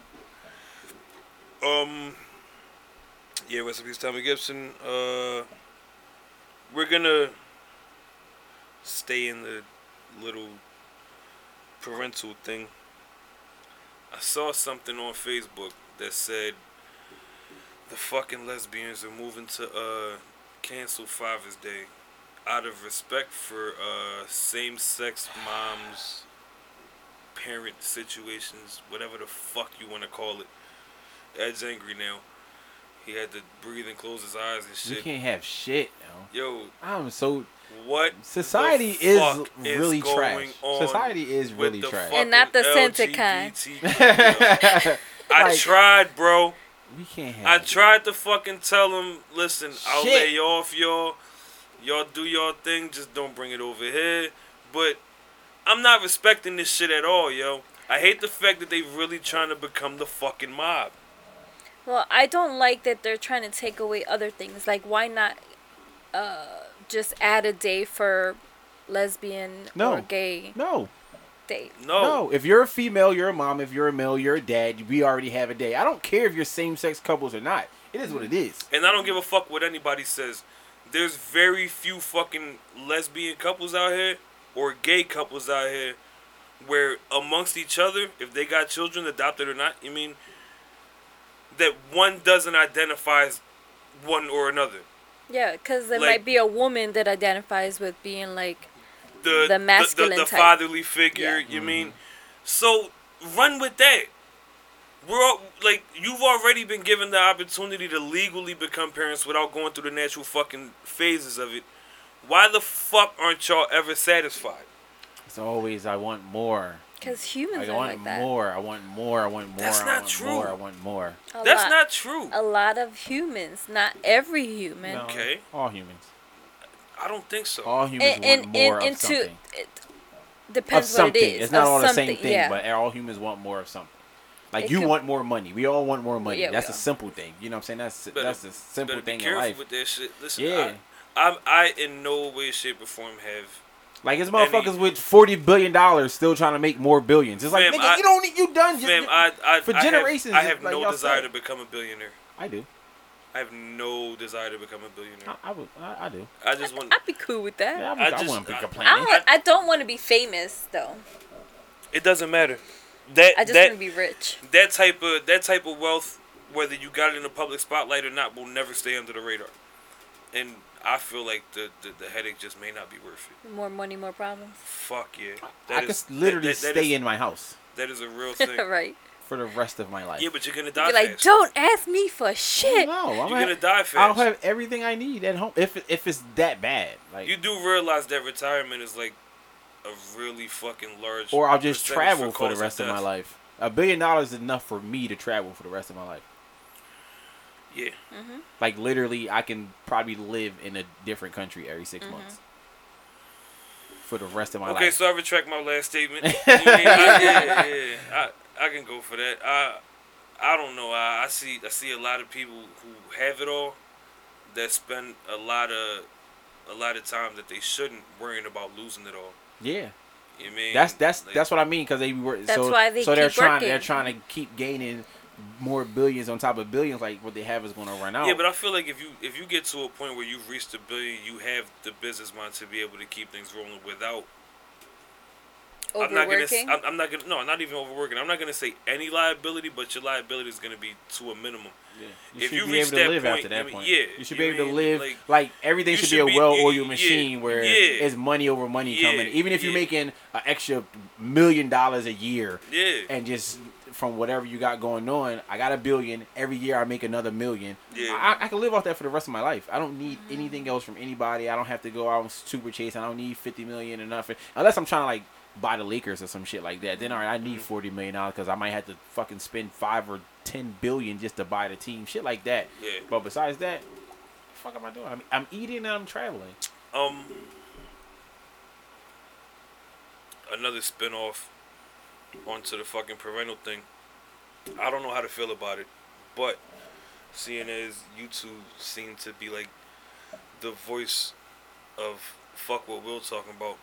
Um. Yeah, rest in peace, Tommy Gibson. Uh, we're gonna stay in the little parental thing. I saw something on Facebook that said the fucking lesbians are moving to uh cancel Father's Day out of respect for uh same sex moms parent situations, whatever the fuck you wanna call it. Ed's angry now. He had to breathe and close his eyes and
You
shit.
can't have shit. Yo.
Yo,
I'm so
what
society
the
is
fuck is
really
going
trash.
on
Society is
with
really
the
trash.
And not the
fucking
scented kind.
LGBTQ?
[laughs]
I
Like-
tried, bro.
we can't have.
I
it.
tried to fucking tell them, listen, I'll
Shit.
lay off y'all. Y'all do y'all thing, just don't bring it over here. But I'm not respecting this shit at all, yo. I hate the fact that they really trying to become the fucking mob.
Well, I don't like that they're trying to take away other things. Like, why not uh, just add a day for lesbian
No.
or gay
No,
day?
No.
no. If you're a female, you're a mom. If you're a male, you're a dad. We already have a day. I don't care if you're same-sex couples or not. It is what it is.
And I don't give a fuck what anybody says. There's very few fucking lesbian couples out here or gay couples out here where amongst each other, if they got children, adopted or not, you mean that one doesn't identify as one or another.
Yeah, because there
Like-
might be a woman that identifies with being like,
The
The masculine
the, the,
type.
fatherly figure,
Yeah.
you mean? So run with that. We're all, like you've already been given the opportunity to legally become parents without going through the natural fucking phases of it. Why the fuck aren't y'all ever satisfied?
It's always I want more.
because humans
I
are
want
like that.
more. I want more. I want more.
That's
I
not
want
true.
More. I want more.
A
That's
lot.
not true.
a lot of humans, not every human.
No,
Okay.
All humans.
I don't think so.
All humans want more of something.
it
Of
depends what
something.
it is.
It's not
of
all the same
something,
thing,
yeah.
but all humans want more of something. Like
It
you
could-
want more money. We all want more money.
Yeah, we
that's a
all.
simple thing. You know what I'm saying? That's
Better-
that's a simple
Better
thing
be
in
careful
life.
with that shit. Listen,
Yeah.
I, I, I in no way, shape, or form have
Like it's
he-
motherfuckers with forty billion dollars still trying to make more billions. It's like
Fam,
nigga,
I-
you don't need you done. You-
Fam,
you-
I, I,
for
I have-
generations,
I have
like
no
y'all
desire
said.
to become a billionaire.
I do.
I have no desire to become a billionaire.
I, I would. I, I do.
I just want.
I'd be cool with that.
Yeah, I, would,
I
I,
just-
wouldn't be
I-
complaining.
I don't. I don't want to be famous though.
It doesn't matter. That
I just want
that
to be rich.
that type of that type of wealth, whether you got it in the public spotlight or not, will never stay under the radar. And I feel like the the, the headache just may not be worth it.
More money, more problems.
Fuck yeah.
I could s- literally stay in my house
That is a real thing.
[laughs] right.
for the rest of my life.
Yeah, but you're gonna die.
Be like,
fast.
don't ask me for shit.
No, I'm
You're gonna die fast.
I'll have everything I need at home if if it's that bad. Like
You do realize that retirement is like a really fucking large.
or I'll just
percentage
travel for,
cause
the rest of my
death.
life. A billion dollars is enough for me to travel for the rest of my life.
Yeah,
Like literally, I can probably live in a different country every 6
Mm-hmm.
months for the rest of my
Okay,
life.
so I retract my last
[laughs]
statement. yeah, I, yeah, yeah, I, I can go for that. I I don't know. I, I see I see a lot of people who have it all that spend a lot of a lot of time that they shouldn't worrying about losing it all.
yeah,
You mean
that's that's
Like,
that's what I mean because they were.
That's
so,
why they
so they're
keep
trying
working.
they're trying to keep gaining more billions on top of billions. Like what they have is going to run out.
Yeah, but I feel like if you if you get to a point where you've reached a billion, you have the business mind to be able to keep things rolling without I'm not gonna. s-
Overworking.
I'm, I'm not gonna. No, not even overworking. I'm not gonna say any liability, but your liability is gonna be to a minimum.
you
if
should
you
be
reach
able to
that
live
point,
after that
I mean,
point.
yeah,
you should
you
be able to
mean,
live
like,
like, everything
you
should,
should
be
be-
a well-oiled
yeah,
machine where
yeah.
it's money over money
Yeah,
coming. Even if you're
yeah.
making an extra million dollars a year,
Yeah.
and just from whatever you got going on, I got a billion every year. I make another million.
Yeah.
I, I can live off that for the rest of my life. I don't need anything else from anybody. I don't have to go out and super chase. I don't need fifty million or nothing unless I'm trying to like buy the Lakers or some shit like that. Then all right, I
Mm-hmm.
need forty million dollars because I might have to fucking spend five or ten billion just to buy the team. Shit like that.
Yeah.
But besides that, fuck am I doing? I'm, I'm eating and I'm traveling.
Um, another spin off onto the fucking parental thing. I don't know how to feel about it, but seeing as you two seem to be like the voice of fuck what Will talking about.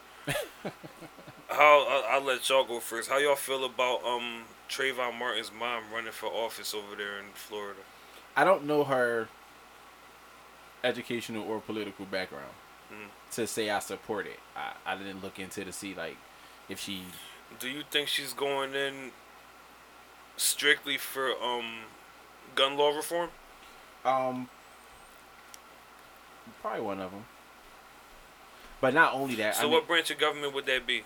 how I, I'll let y'all go first. How y'all feel about um Trayvon Martin's mom running for office over there in Florida?
I don't know her educational or political background
Mm-hmm.
to say I support it. I, I didn't look into to see like if she
Do you think she's going in strictly for um gun law reform?
um probably one of them. But not only that,
so
I mean,
what branch of government would that be?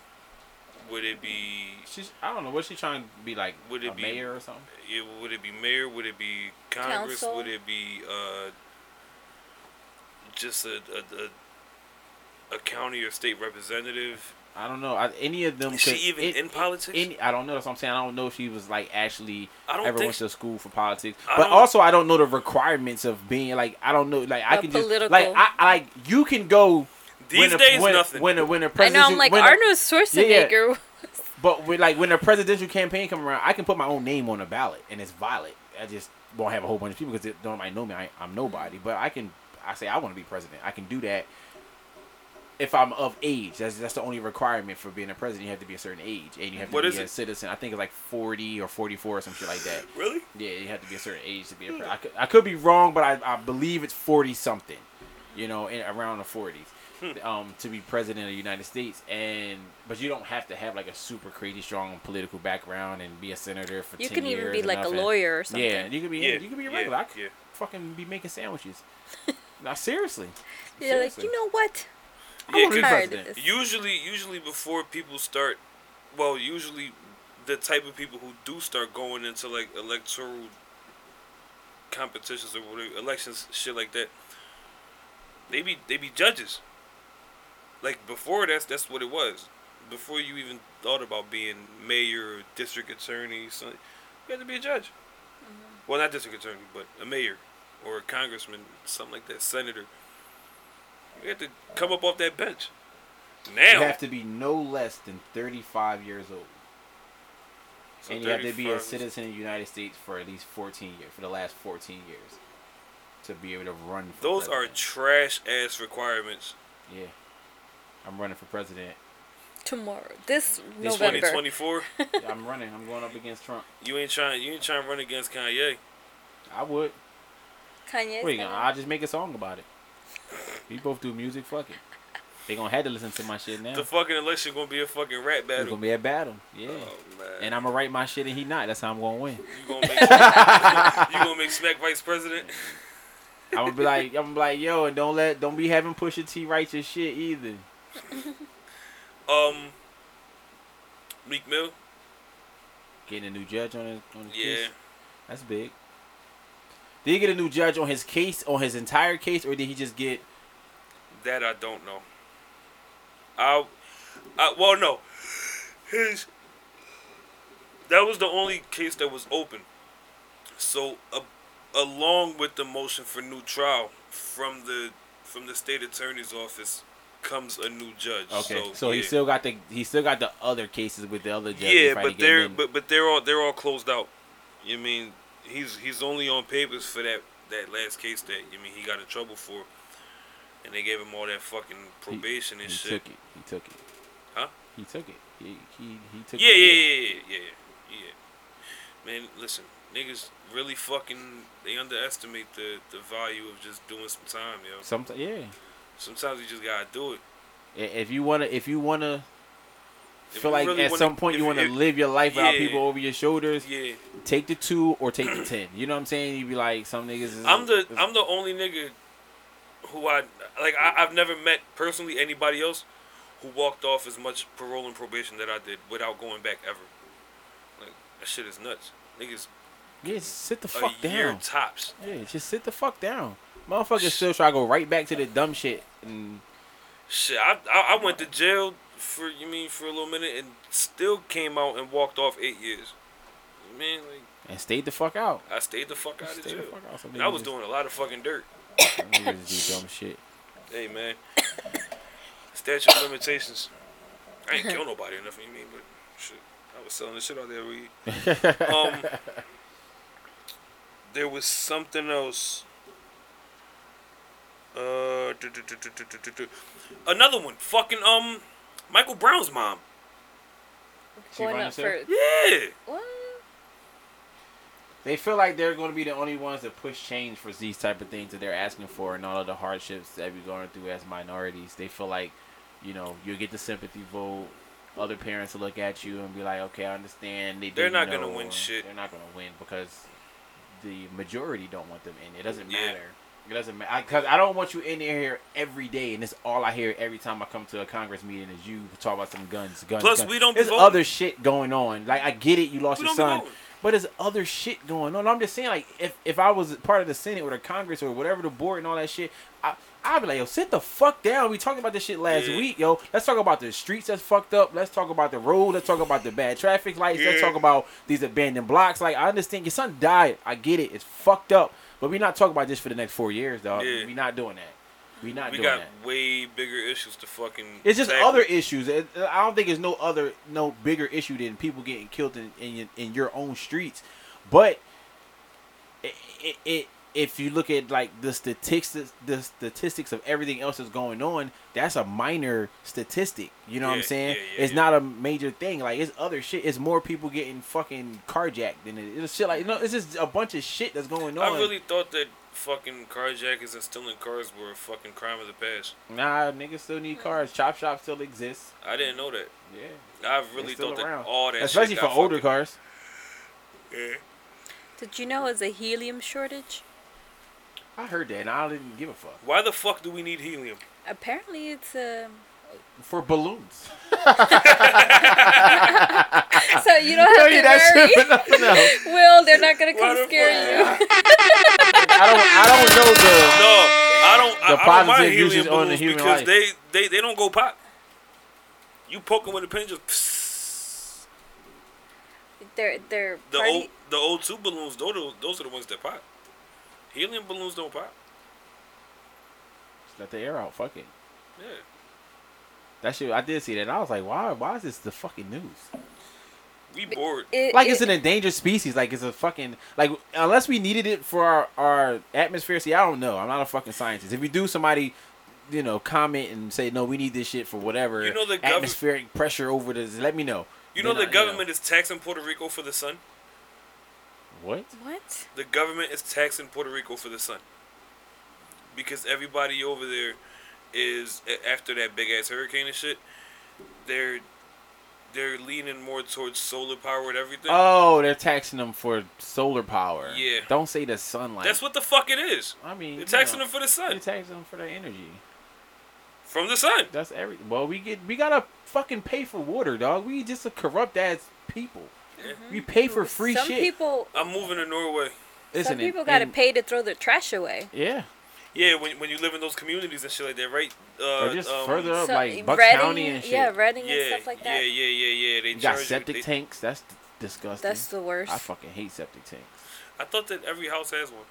Would it be
she's I don't know what she trying to be like
Would
Would
it
a
be-
mayor or something.
it, would it be mayor? Would it be Congress?
Council?
Would it be uh just a a, a, a county or state representative?
I don't know. I, any of them
Is she
could-
even
it-
in politics?
any I don't know. That's what I'm saying. I don't know if she was like actually
I don't
ever
think
went to school for politics.
I
But
don't-
also, I don't know the requirements of being like I don't know. Like I
The
can just
political-
like I, I like you can go
These
when a,
days,
when,
nothing.
When a when a
I know.
presidential
I'm like
when a-
Arnold Schwarzenegger. [laughs]
but with, like when a presidential campaign come around, I can put my own name on a ballot and it's valid. I just won't have a whole bunch of people because don't might know me. I, I'm nobody, but I can. I say I want to be president. I can do that. If I'm of age, that's that's the only requirement for being a president. You have to be a certain age, and you have to
What
be
is
a
it?
citizen. I think it's like forty or forty-four or some shit like that.
really?
Yeah, you have to be a certain age to be a president. I could, I could be wrong, but I, I believe it's 40 something, you know, in, around the 40s
Hmm.
um, to be president of the United States. And But you don't have to have like a super crazy strong political background and be a senator for
You
10
can even
years
be
and
like a
nothing.
lawyer or something.
[laughs] Yeah, you could be,
Yeah,
you could be
yeah,
regular. I could
yeah.
fucking be
[laughs]
making sandwiches. now, seriously.
You're like, you know what?
I
Yeah,
wanna be
'cause
president.
this.
Usually, usually before people start, well, usually the type of people who do start going into like electoral competitions or whatever, elections, shit like that, they be they be judges. Like before, that's that's what it was. Before you even thought about being mayor, or district attorney, so you had to be a judge. Well, not district attorney, but a mayor or a congressman, something like that, senator. You had to come up off that bench.
You
Now,
have to be no less than 35 years old.
So
and you have to be a
35 is-
citizen of the United States for at least 14 years, for the last 14 years, to be able to run. For
Those are
president.
trash ass requirements.
yeah. I'm running for president
tomorrow. This
This
November.
Twenty twenty four.
I'm running. I'm going up against Trump.
You ain't trying. You ain't trying to run against Kanye.
I would.
Kanye.
What are you gonna? I'll just make a song about it. We both do music. Fuck it. They gonna have to listen to my shit now.
The
It's
fucking election gonna be a fucking rat battle.
gonna be a battle. Yeah.
Oh man.
And I'm gonna write my shit and he not. That's how I'm gonna win.
You gonna make you gonna make Smack [laughs] vice president?
I'm gonna be like, I'm gonna be like, yo, and don't let, don't be having Pusha T write your shit either.
Um, Meek Mill.
Getting a new judge on his, on his
Yeah,
case. That's big. Did he get a new judge on his case, on his entire case, or did he just get?
that I don't know. I, I well no, his. That was the only case that was open. So, uh, along with the motion for new trial from the from the state attorney's office comes a new judge.
Okay, so,
so,
he
yeah.
still got the, he still got the other cases with the other judges.
Yeah,
probably
but
getting
they're
in.
but, but they're all they're all closed out. You mean he's he's only on papers for that that last case that you mean he got in trouble for, and they gave him all that fucking probation
he
and shit.
took it. He took it.
Huh?
He took it. He he, he took
Yeah,
it.
yeah, yeah, yeah, yeah, yeah. Man, listen, niggas really fucking they underestimate the the value of just doing some time, yo.
Sometimes, yeah.
Sometimes you just gotta do it.
I- If you wanna, if you wanna
If
feel
you
like
really
at
wanna-
some point
if
you
you-
wanna
if-
live your life without
yeah.
people over your shoulders,
Yeah.
take the two or take the ten. You know what I'm saying? You be like, some niggas. Is,
I'm the I'm the only nigga who I like. I, I've never met personally anybody else who walked off as much parole and probation that I did without going back ever. Like that shit is nuts. Niggas
yeah. Sit the
a
fuck
year
down.
tops.
Yeah, just sit the fuck down. Motherfuckers still try to go right back to the dumb shit. And
Shit, I, I I went to jail for you mean for a little minute and still came out and walked off eight years. You mean like
and stayed the fuck out.
I stayed the fuck out of
Stayed
jail.
the fuck out. Some
And I
niggas
was
just-
doing a lot of fucking dirt.
some niggas just
[laughs]
do dumb shit.
Hey man, [coughs] statute of limitations. I ain't kill nobody or nothing. You mean, but shit, I was selling the shit out there. We,
[laughs]
um, there was something else. Uh, du- du- du- du- du- du- du- du. another one. Fucking um, Michael Brown's mom.
She
Going
run
up for
herself?
Yeah,
what?
They feel like they're going to be the only ones that push change for these type of things that they're asking for and all of the hardships that we're going through as minorities. They feel like, you know, you'll get the sympathy vote. Other parents will look at you and be like, okay, I understand. They
They're
didn't
not gonna
know,
win
or
shit.
They're not going to win because the majority don't want them in. It doesn't
Yeah.
matter. It doesn't matter. Because I, don't want you in here every day, and it's all I hear every time I come to a Congress meeting is you talk about some guns, guns.
Plus,
guns.
we don't be
There's
voting.
other shit going on. Like, I get it. You lost
We
your
don't be
son.
voting.
But there's other shit going on. I'm just saying, like, if, if I was part of the Senate or the Congress or whatever the board and all that shit, I I'd be like, yo, sit the fuck down. We talking about this shit last
Yeah.
week, yo. Let's talk about the streets that's fucked up. Let's talk about the road. Let's talk about the bad traffic lights. Let's
Yeah.
talk about these abandoned blocks. Like, I understand your son died. I get it. It's fucked up. But we not talking about this for the next four years, dog.
Yeah.
we not doing that. we not
we
doing
got
that.
way bigger issues to fucking.
It's just
tackle.
other issues. It- I don't think it's no other, no bigger issue than people getting killed in in, your- in your own streets. But it, it, it, if you look at like the statistics, the statistics of everything else that's going on, that's a minor statistic. You know what I'm
Yeah,
saying?
yeah, yeah,
it's
yeah.
not a major thing. Like it's other shit. It's more people getting fucking carjacked than it. It's shit like no. It's just a bunch of shit that's going on.
I really thought that fucking carjackers and stealing cars were a fucking crime of the past.
nah, niggas still need cars. Chop shop still exists.
I didn't know that.
Yeah,
I
it's
really
still
thought
around.
that all that
especially
shit
for
got
older
fucking-
cars.
Yeah.
Did you know it's a helium shortage?
I heard that and I didn't give a fuck.
Why the fuck do we need helium?
Apparently, it's um, a.
For balloons.
[laughs] so you don't have to worry. [laughs] Will, they're not gonna
Why
come
the
scare you.
I don't I don't know
No,
the
I don't.
The
I, I don't mind
positive
helium
uses on the
balloons
human
because
life.
they, they they don't go pop. You poke them with a pin, just psst.
They're they're
the
party.
old the old two balloons. Those are, those are the ones that pop. Helium balloons don't pop.
Just Let the air out, fuck it.
Yeah,
That shit I did see that and I was like, why why is this the fucking news?
we bored.
It-
Like
it-
it's an endangered species, like it's a fucking like unless we needed it for our, our atmosphere. See, I don't know. I'm not a fucking scientist. If you do somebody you know, comment and say no, we need this shit for whatever
You know the gov-
atmospheric pressure over this. Let me know.
You know
Then
the
I-
government is taxing Puerto Rico for the sun.
What?
What?
The government is taxing Puerto Rico for the sun. Because everybody over there is a- after that big ass hurricane and shit. They're they're leaning more towards solar power and everything.
Oh, they're taxing them for solar power.
Yeah.
Don't say the sunlight.
That's what the fuck it is.
I mean.
They're
you
taxing
know,
them for the sun.
They're taxing them for their energy.
From the sun.
That's everything. Well, we get we gotta fucking pay for water, dog. We just a corrupt ass people. We pay for free
Some
shit.
people.
I'm moving to Norway.
Listen,
Some people
and-
gotta
and-
pay to throw their trash away.
Yeah,
Yeah, when, when you live in those communities and shit like that, right? Uh,
or just
um,
further up,
So,
like Bucks
Reading-
County and shit.
Yeah, Reading
Yeah,
and stuff like
yeah,
that.
yeah, yeah, yeah. They
you got
charge you-
septic
they-
tanks. That's d- disgusting.
That's the worst.
I fucking hate septic tanks.
I thought that every house has one.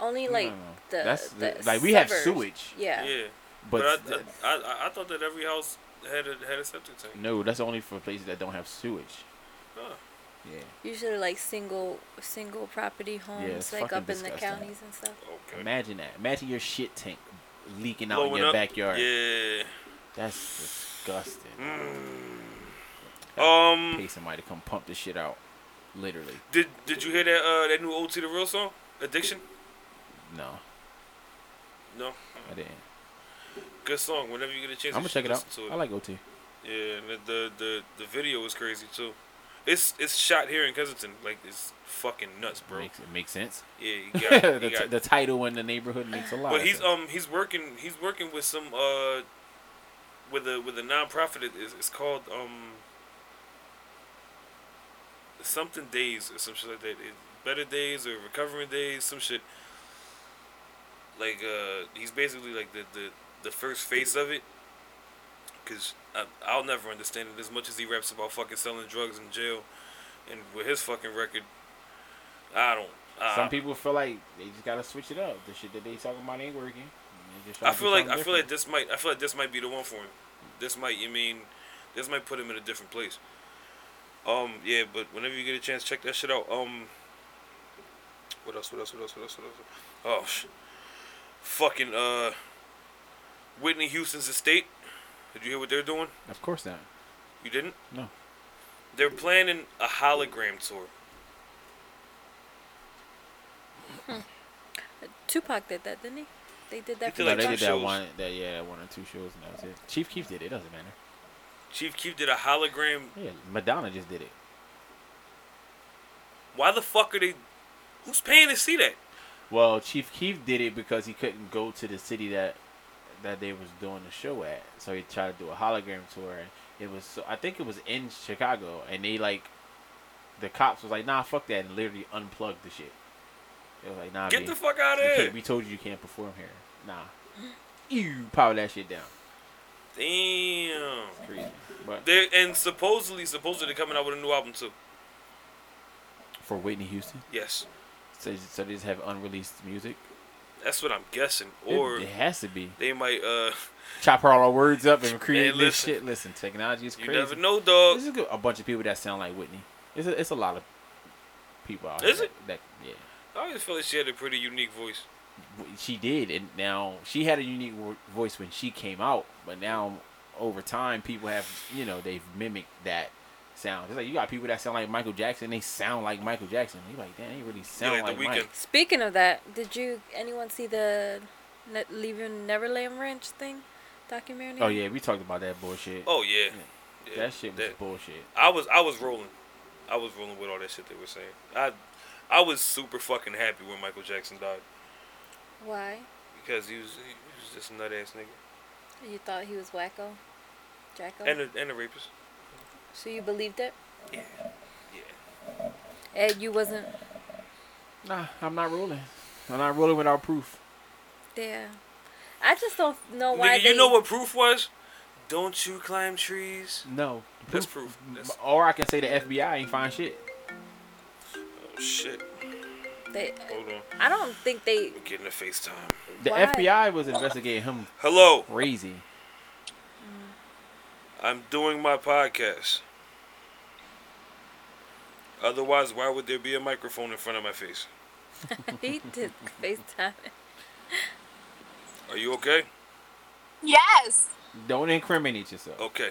Only like
No, no.
the
That's
the,
the- like, we have
suburbs.
sewage.
Yeah.
Yeah, but,
but
I, I, I I thought that every house had a had a septic tank.
no, that's only for places that don't have sewage.
Huh.
Yeah.
Usually like single single property homes
it's
like
fucking
up in the
disgusting.
counties and stuff.
Okay.
Imagine that. Imagine your shit tank leaking out in
Blowing
your
up.
backyard.
Yeah.
That's disgusting.
Um. Mm.
Pay somebody to come pump this shit out. Literally.
Did Did you hear that uh that new OT the real song Addiction?
No,
No.
I didn't.
Good song. Whenever you get a chance,
I'm gonna
you
check
should
it out.
listen to
I like OT.
Yeah. And the, the the the video is crazy too. It's it's shot here in Kensington. Like it's fucking nuts, bro.
Makes it makes sense.
[laughs] Yeah.
[laughs]
You got,
the,
you
t-
got
the title and the neighborhood makes a lot.
But
of
he's
sense.
um he's working he's working with some uh with a with a nonprofit. It, it's, it's called um something days or some shit like that. It, better days or recovering days, some shit. Like uh, he's basically like the the, the first face of it. Cause I, I'll never understand it as much as he raps about fucking selling drugs in jail, and with his fucking record, I don't. I,
Some people feel like they just gotta switch it up. The shit that they talking about ain't working. They just tryna
I
do
feel like
something
I feel
different.
like this might I feel like this might be the one for him. This might you mean this might put him in a different place. Um yeah, but whenever you get a chance, check that shit out. Um, what else? What else? What else? What else? What else? Oh, sh- fucking uh, Whitney Houston's estate. Did you hear what they're doing?
Of course not.
You didn't?
No.
They're planning a hologram tour.
Tupac did that, didn't he? They did that
He
for
did,
no,
like,
they
the
two
did that
shows.
one. That yeah, that one or two shows, and that was it. Chief Keef did it. Doesn't matter.
Chief Keef did a hologram.
Yeah, Madonna just did it.
Why the fuck are they? Who's paying to see that?
Well, Chief Keef did it because he couldn't go to the city that that they was doing the show at, so he tried to do a hologram tour. And it was, so, I think it was in Chicago, and they like the cops was like, "Nah, fuck that," and literally unplugged the shit. It was like, "Nah,
Get
man,
the fuck out
you
of here!
can't- we told you you can't perform here. Nah, you power that shit down."
Damn.
Crazy, but
They and supposedly, supposedly they're coming out with a new album too.
for Whitney Houston,
Yes,
so, so they just have unreleased music.
that's what I'm guessing.
It-
Or
it, has to be
they might, uh,
chop all our words up and create this
listen.
shit. Listen, technology is
you
crazy.
never know, dog.
This is good- a bunch of people that sound like Whitney. It's a, it's a lot of people out
Is
here
it?
That, that- yeah.
I always feel like she had a pretty unique voice.
W- She did, and now she had a unique wo- voice when she came out, but now over time, people have you know they've mimicked that sound. It's like you got people that sound like Michael Jackson. They sound like Michael Jackson. You like, damn, they really sound
like
like,
The
Mike.
Weeknd.
Speaking of that, did you anyone see the ne- leaving Neverland Ranch thing documentary?
Oh yeah, we talked about that bullshit.
Oh yeah, yeah.
that shit was
that-
bullshit.
I was, I was rolling, I was rolling with all that shit they were saying. I, I was super fucking happy when Michael Jackson died
Why?
because he was, he was just a nut ass nigga
You thought he was wacko, Jacko.
and a, and a rapist.
so you believed it,
Yeah, yeah.
and you wasn't
Nah, I'm not rolling. I'm not rolling without proof.
there. I just don't know why.
Nigga, you
they-
know what proof was? Don't you climb trees?
No,
That's proof. That's-
Or I can say the FBI ain't find shit.
Oh shit!
They,
Hold on.
I don't think they. [laughs]
We're getting a FaceTime.
The
Why?
FBI was investigating him
Hello,
crazy.
I'm doing my podcast. Otherwise, why would there be a microphone in front of my face?
He did FaceTime.
Are you okay?
Yes.
Don't incriminate yourself.
Okay.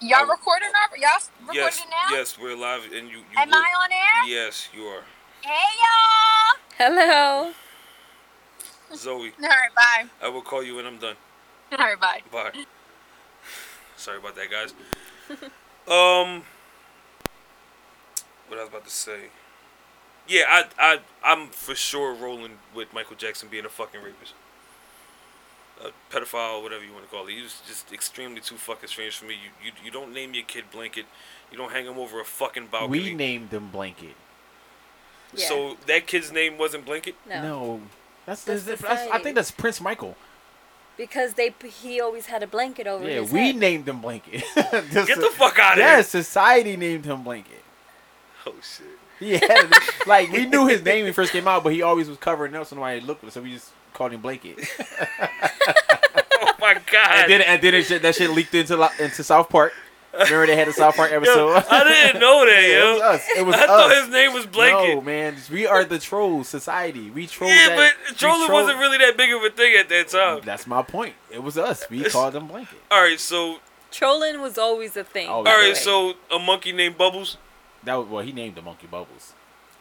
Y'all
Oh.
recording? our- Y'all recording
Yes.
now?
Yes, we're live, and you. you
Am
will-
I on air?
Yes, you are.
Hey y'all.
Hello.
Zoe,
All right, bye.
I will call you when I'm done.
All right, bye.
Bye. Sorry about that, guys. [laughs] Um, what I was about to say. Yeah, I, I, I'm for sure rolling with Michael Jackson being a fucking rapist, a pedophile, whatever you want to call it. He was just extremely too fucking strange for me. You, you, you don't name your kid Blanket. You don't hang him over a fucking balcony.
We named them Blanket.
Yeah.
So that kid's name wasn't Blanket.
no.
No, that's,
That's
that's, that's- I
society.
think that's Prince Michael.
Because they he always had a blanket over
Yeah,
his
we
head.
named him Blanket. [laughs] Just-
Get the fuck out of
Yeah, society named him Blanket. [laughs]
here. Oh shit. [laughs]
He had a- like we knew his name when he first came out, but he always was covering up so nobody looked, so we just called him Blanket.
Oh my god.
And then and then it, shit- that shit leaked into lo- into South Park. Remember they had a South Park
Yo,
episode.
I didn't know that,
[laughs] Yeah, it was us. It was
yo. [laughs] I thought
us.
his name was Blanket.
No, man, we are the troll society. We troll.
yeah,
that,
but
we
trolling
troll-
wasn't really that big of a thing at that time. [laughs]
That's my point. It was us. We called them Blanket.
All right, so
Trolling was always a thing.
Always.
Oh, all
Alright,
right,
Right.
so a monkey named Bubbles.
That was well, he named the monkey Bubbles.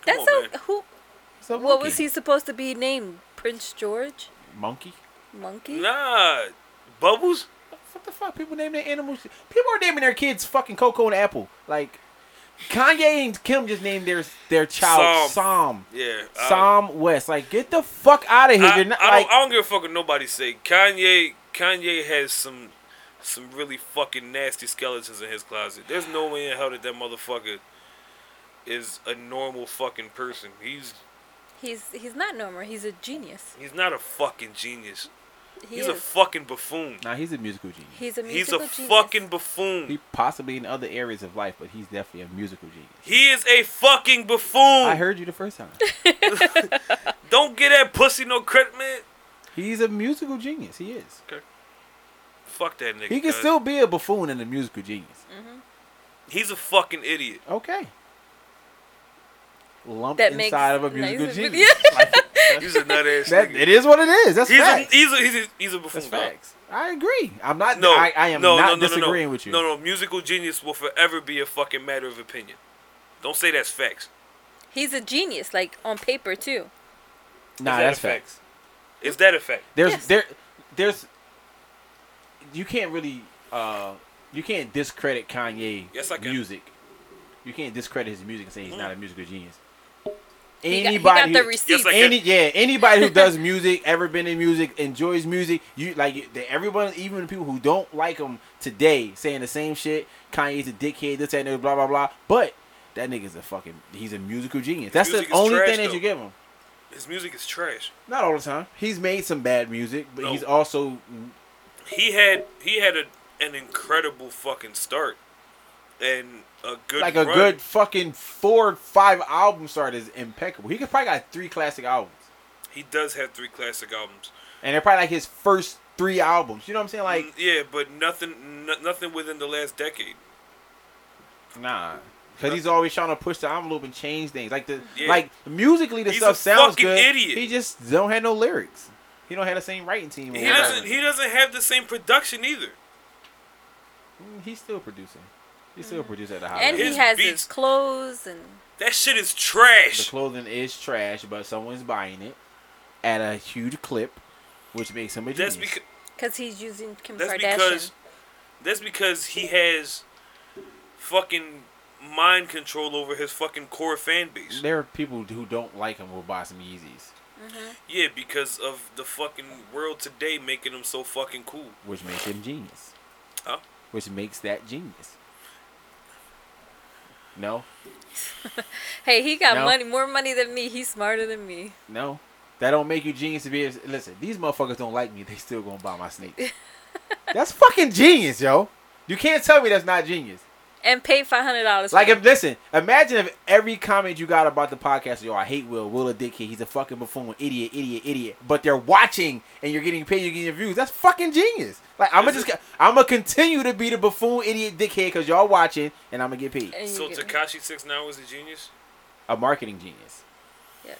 Come
That's
on,
a,
man.
who.
So
What was he supposed to be named? Prince George?
Monkey.
Monkey?
Nah, Bubbles.
What the fuck? People name their animals. People are naming their kids fucking Coco and Apple. Like Kanye and Kim just named their their child Psalm.
Yeah, I-
Psalm West. Like get the fuck out of
Uh, I,
here. You're not
I
like
don't, I don't give a fuck what nobody say. Kanye, Kanye has some, some really fucking nasty skeletons in his closet. There's no way in hell that that motherfucker is a normal fucking person. He's
He's he's not normal. He's a genius.
he's not a fucking genius.
He
he's
is.
a fucking buffoon.
Nah, he's a musical genius.
he's a
He's a
musical genius.
fucking buffoon.
He possibly in other areas of life, but he's definitely a musical genius.
He is a fucking buffoon.
I heard you the first
[laughs]
time.
Don't get that pussy no credit, man.
He's a musical genius. He is.
Fuck that nigga.
He can
cuz.
still be a buffoon and a musical genius.
He's a fucking idiot.
Okay. Lump
That makes-
inside of a
no,
musical
he's a- [laughs]
genius. Like,
He's a
[laughs]
nut ass
that,
nigga.
it is what it is. That's
He's a,
facts.
he's a he's a he's a buffoon.
That's
dog.
facts. I agree. I'm not.
No,
No, I, I am
no,
not
no, no, no,
disagreeing
no.
with you.
No, no, musical genius will forever be a fucking matter of opinion. Don't say that's facts.
He's a genius, like on paper too.
Nah,
Is that
that's
a fact?
facts.
Is that a fact?
There's
Yes.
there, there's. You can't really, uh, you can't discredit Kanye.
Yes, I can. Mm.
Music. You can't discredit his music and say he's not a musical genius.
He got, he
Anybody,
got the
who-
receipts.
Yes, I-
any yeah, anybody who does music, ever been in music, enjoys music, you like the- everyone, even the people who don't like him today, saying the same shit. Kanye's a dickhead, this that, and the other, blah blah blah. But that nigga's a fucking, he's a musical genius. That's the
music is
only
trash,
thing that
though.
you give him.
His music is trash.
Not all the time. He's made some bad music, but
No.
he's also
He had he had a, an incredible fucking start, and a good
like a
run.
good fucking four or five album start is impeccable. He could probably got three classic albums,
He does have three classic albums.
and they're probably like his first three albums. You know what I'm saying? Like
Mm, yeah, but nothing no, nothing within the last decade. Mm.
Nah. Cause he's always trying to push the envelope and change things. Like the
Yeah.
like musically the
He's a
stuff sounds
fucking
good.
idiot.
He just don't have no lyrics. He don't have the same writing team. or
He
whatever.
doesn't. He doesn't have the same production either.
Mm, he's still producing. He's still producing at the high
Mm. and
level.
he
His
has
beats-
his clothes and
That shit is
The
trash.
clothing is trash, but someone's buying it at a huge clip, which makes him a
That's
genius.
because
because he's using Kim
that's
Kardashian.
because that's because he has fucking mind control over his fucking core fan base.
there are people who don't like him will buy some Yeezys,
Yeah, because of the fucking world today making him so fucking cool.
which makes him genius.
Huh?
Which makes that genius. No,
hey, he got
No.
money, more money than me. He's smarter than me.
No. That don't make you genius to be. Listen, these motherfuckers don't like me. They still gonna buy my sneakers. that's fucking genius, yo. You can't tell me that's not genius.
And paid five hundred dollars.
Like, if listen, imagine if every comment you got about the podcast, yo, I hate Will. Will a dickhead. He's a fucking buffoon, idiot, idiot, idiot. But they're watching, and you're getting paid. You're getting your views. That's fucking genius. Like, I'm gonna just, I'm gonna continue to be the buffoon, idiot, dickhead, cause y'all watching, and I'm gonna get paid.
And you
So
get-
Takashi Six Nine was a genius.
A marketing genius.
Yes.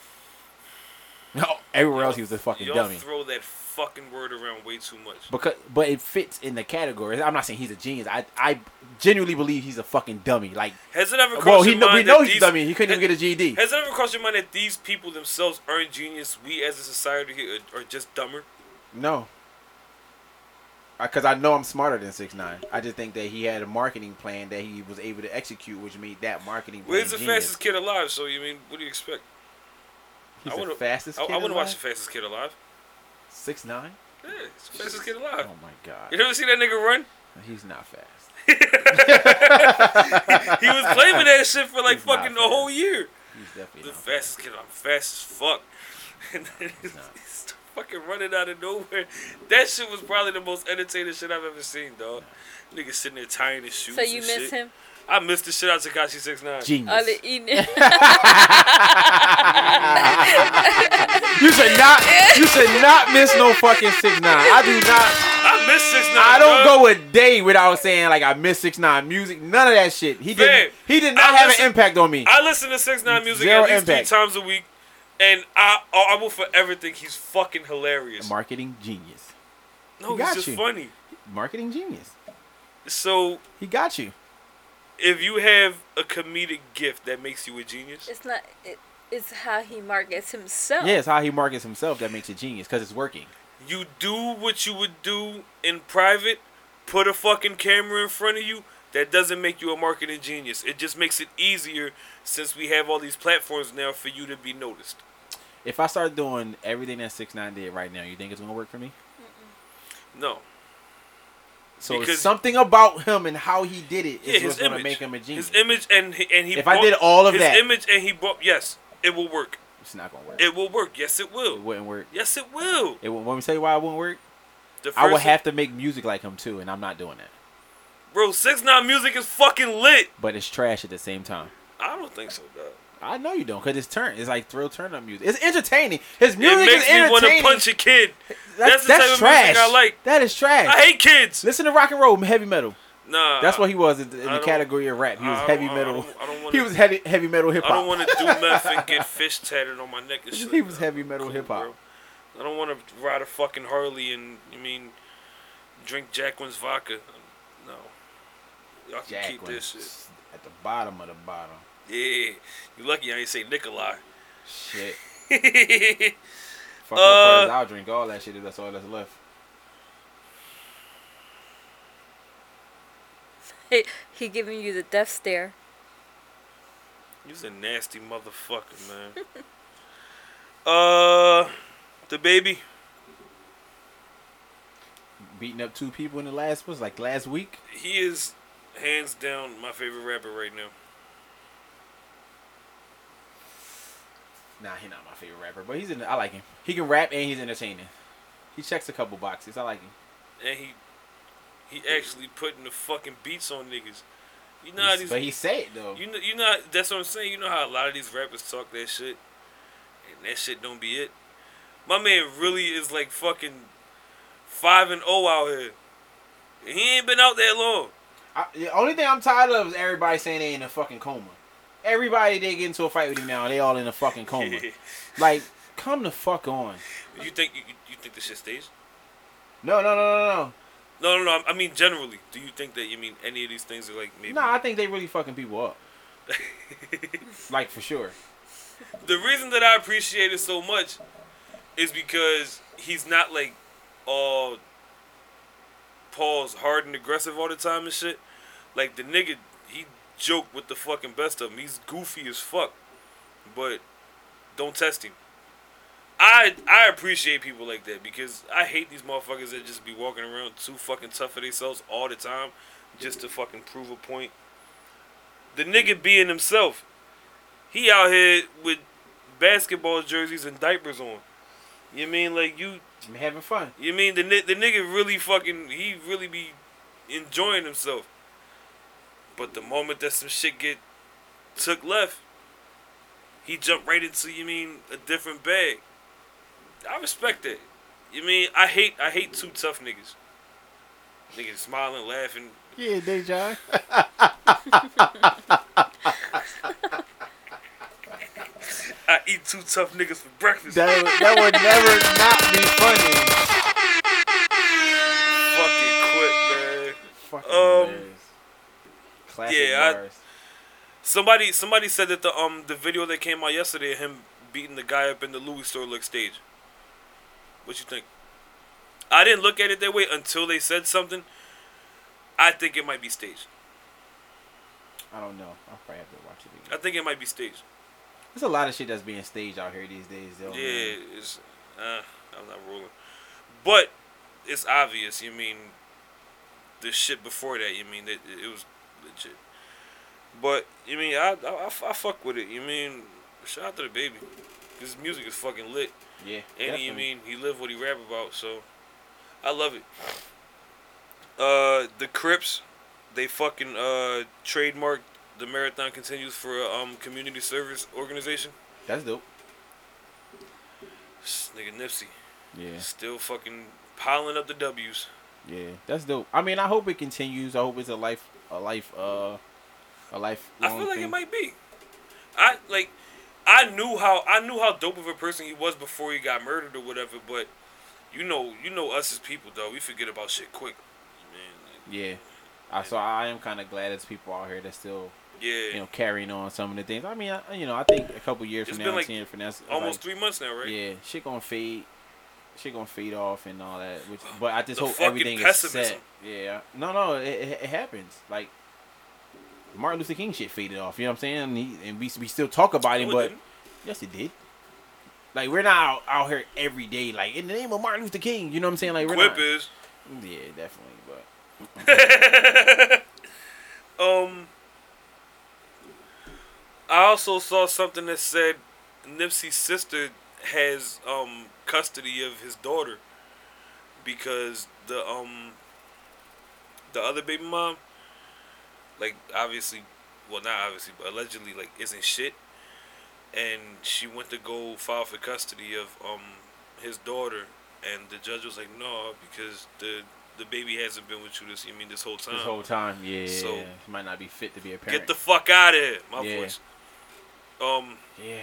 No, everywhere else he was a fucking
Y'all
dummy.
throw that fucking word around way too much.
because but it fits in the category. I'm not saying he's a genius. I I genuinely believe he's a fucking dummy. Like,
Has it ever crossed
well, he
your
know,
mind
we know
that
he's a
these-
dummy. He couldn't
has-
even get a GED.
Has it ever crossed your mind that these people themselves aren't genius? We as a society here are, are just dumber.
No. Because I know I'm smarter than six nine. I just think that he had a marketing plan that he was able to execute, which made that marketing plan
Well, he's the
genius.
fastest kid alive, so you mean what do you expect?
He's
I
the
wanna-
fastest.
I,
kid
I want to watch the
alive?
fastest kid alive.
Six nine.
Yeah, he's the fastest kid alive.
Oh my
You
god,
never see that nigga
[laughs]
run?
he's not fast.
He was claiming that shit for like
He's not
fucking a
fast.
whole year.
He's
The
definitely not fast.
fastest kid, I'm fast as fuck. [laughs] And then he's,
not.
he's fucking running out of nowhere. That shit was probably the most entertaining shit I've ever seen, dog. Nigga sitting there tying his shoes.
So you
and
miss
shit.
him?
I missed the shit out of Takashi Six Nine.
All
Genius. [laughs]
the eating.
You should not. You should not miss no fucking six nine. I do not.
I missed Six Nine.
I don't go a day without saying like I miss six nine music. None of that shit. He
Fam,
did. He did not
I
have
listen-
an impact on me.
I listen to Six Nine music
Zero
at least
impact.
three times a week, and I I I will forever think he's fucking hilarious.
Marketing genius.
no, he's
got
just
you.
funny.
Marketing genius.
So
He got you.
if you have a comedic gift that makes you a genius,
it's not. It, it's how he markets
[laughs]
himself.
Yeah, it's how he markets himself that makes it genius because it's working.
you do what you would do in private, put a fucking camera in front of you. That doesn't make you a marketing genius. It just makes it easier since we have all these platforms now for you to be noticed.
If I start doing everything that Six Nine did right now, you think it's gonna work for me?
No.
So it's
Because-
something about him and how he did it
Yeah,
is
his
what's gonna
image.
make him a genius.
His image and he- and he.
If I
bought-
did all of
his
that-
image and he bought. Yes, it will work.
it's not gonna work. It,
It will work. Yes, it will.
wouldn't work.
Yes, it will.
It wouldn't, when we tell you why it wouldn't work,
The
I would
first-
have to make music like him too, and I'm not doing that.
Bro, six nine music is fucking lit.
But it's trash at the same time.
I don't think so, dog.
I know you don't, cause it's turn. It's like thrill turn up music. It's entertaining. His
It
music
makes
is
me want to
entertaining.
punch a kid. That's, the type
trash.
of music I like.
That is trash.
I hate kids.
Listen to rock and roll, heavy metal.
Nah.
That's what he was in, in
I
the
don't-
category of rap. He was
I don't-
heavy
I
metal.
don't- I don't wanna-
he was heavy heavy metal hip
I don't
hop.
want to do meth and get fish tatted on my neck and shit.
[laughs] He was
Nah,
heavy metal
cool,
hip hop.
bro. I don't want to ride a fucking Harley and I mean, drink Jacqueline's vodka. No. Y'all can
Jack
keep
one
this shit.
at the bottom of the bottom.
Yeah, you lucky I ain't say Nikolai. [laughs]
Shit.
That's
Fuck
Uh,
up, I'll drink all that shit if that's all that's left.
He, he giving you the death stare.
a nasty motherfucker,
[laughs]
man. uh, the baby.
Beating up two people in the last was like last week.
He is hands down my favorite rapper right now.
Nah, he not my favorite rapper, but he's in. I like him. He can rap and he's entertaining. He checks a couple boxes. I like him.
and he he actually putting the fucking beats on niggas. You know how
He's-
these
but he said it though.
you know you know how- that's what I'm saying. You know how a lot of these rappers talk that shit, and that shit don't be it. My man really is like fucking five and oh out here. And he ain't been out that long.
I, the only thing I'm tired of is everybody saying they in a fucking coma. Everybody they get into a fight with him now, they all in a fucking
[laughs]
coma. Like, come the fuck on.
you think you, you- you think this shit staged?
No, no, no, no, no.
No, no, no. I- I mean generally. Do you think that you mean any of these things are like maybe?
No, I think they really fucking people
[laughs]
up. like for sure.
the reason that I appreciate it so much is because he's not like all Paul's hard and aggressive all the time and shit. Like the nigga, he joke with the fucking best of him. He's goofy as fuck, but don't test him. I I appreciate people like that because I hate these motherfuckers that just be walking around too fucking tough for themselves all the time, just to fucking prove a point. The nigga being himself. He out here with basketball jerseys and diapers on. You mean like you?
I'm having fun.
You mean the ni- the nigga really fucking? He really be enjoying himself. But the moment that some shit get took left, he jumped right into you mean a different bag. I respect that. You mean I hate I hate two tough niggas. Niggas smiling, laughing.
Yeah, Deja.
I eat two tough niggas for breakfast.
That would, that would never not be funny.
fucking quit, man.
Fucking
Um,
hilarious. Classic
yeah, I-
bars.
Somebody somebody said that the um the video that came out yesterday of him beating the guy up in the Louis store look stage. What you think? I didn't look at it that way until they said something. I think it might be staged.
I, don't know. I'll probably have to watch it
I
again.
think it might be staged.
There's a lot of shit that's being staged out here these days, though.
yeah,
Oh, man.
it's uh, I'm not ruling, but it's obvious. You mean the shit before that? You mean that it, it was legit? But you mean I, I I f- I fuck with it. You mean shout out to the baby. His music is fucking lit.
Yeah.
And he,
definitely.
I mean, he lived what he rap about, so I love it. Uh, the Crips, they fucking uh trademarked the marathon continues for a um community service organization.
That's dope.
This nigga Nipsey
Yeah.
still fucking piling up the W's.
Yeah. That's dope. I mean, I hope it continues. I hope it's a life, a life, uh, a life.
I feel like it might be. I like, I knew how I knew how dope of a person he was before he got murdered or whatever. But you know, you know us as people though, we forget about shit quick. Man, like,
Yeah. I, so I am kind of glad there's people out here that still,
yeah,
you know, carrying on some of the things. I mean, I, you know, I think a couple years
It's
from
been
now,
like
ten from now, it's
almost
like-
three months now, right?
Yeah, shit gonna fade. Shit gonna fade off and all that. Which, but I just
The
hope
fucking
everything is
pessimism.
set. Yeah. No, no, it, it, it happens. Like Martin Luther King shit faded off. You know what I'm saying? He, and we we still talk about him,
No, it
but
didn't.
yes, it did. Like we're not out, out here every day, like in the name of Martin Luther King. You know what I'm saying? Like we're
Quip
not.
is.
Yeah, definitely. But
um, I also saw something that said Nipsey's sister has um custody of his daughter because the um the other baby mom, like obviously, well not obviously, but allegedly like isn't shit, and she went to go file for custody of um his daughter, and the judge was like, no, because the the baby hasn't been with you this you mean this whole time.
this whole time, yeah,
Uh, So-
he might not be fit to be a parent.
Get the fuck out of here, my
Yeah.
voice. Um,
yeah.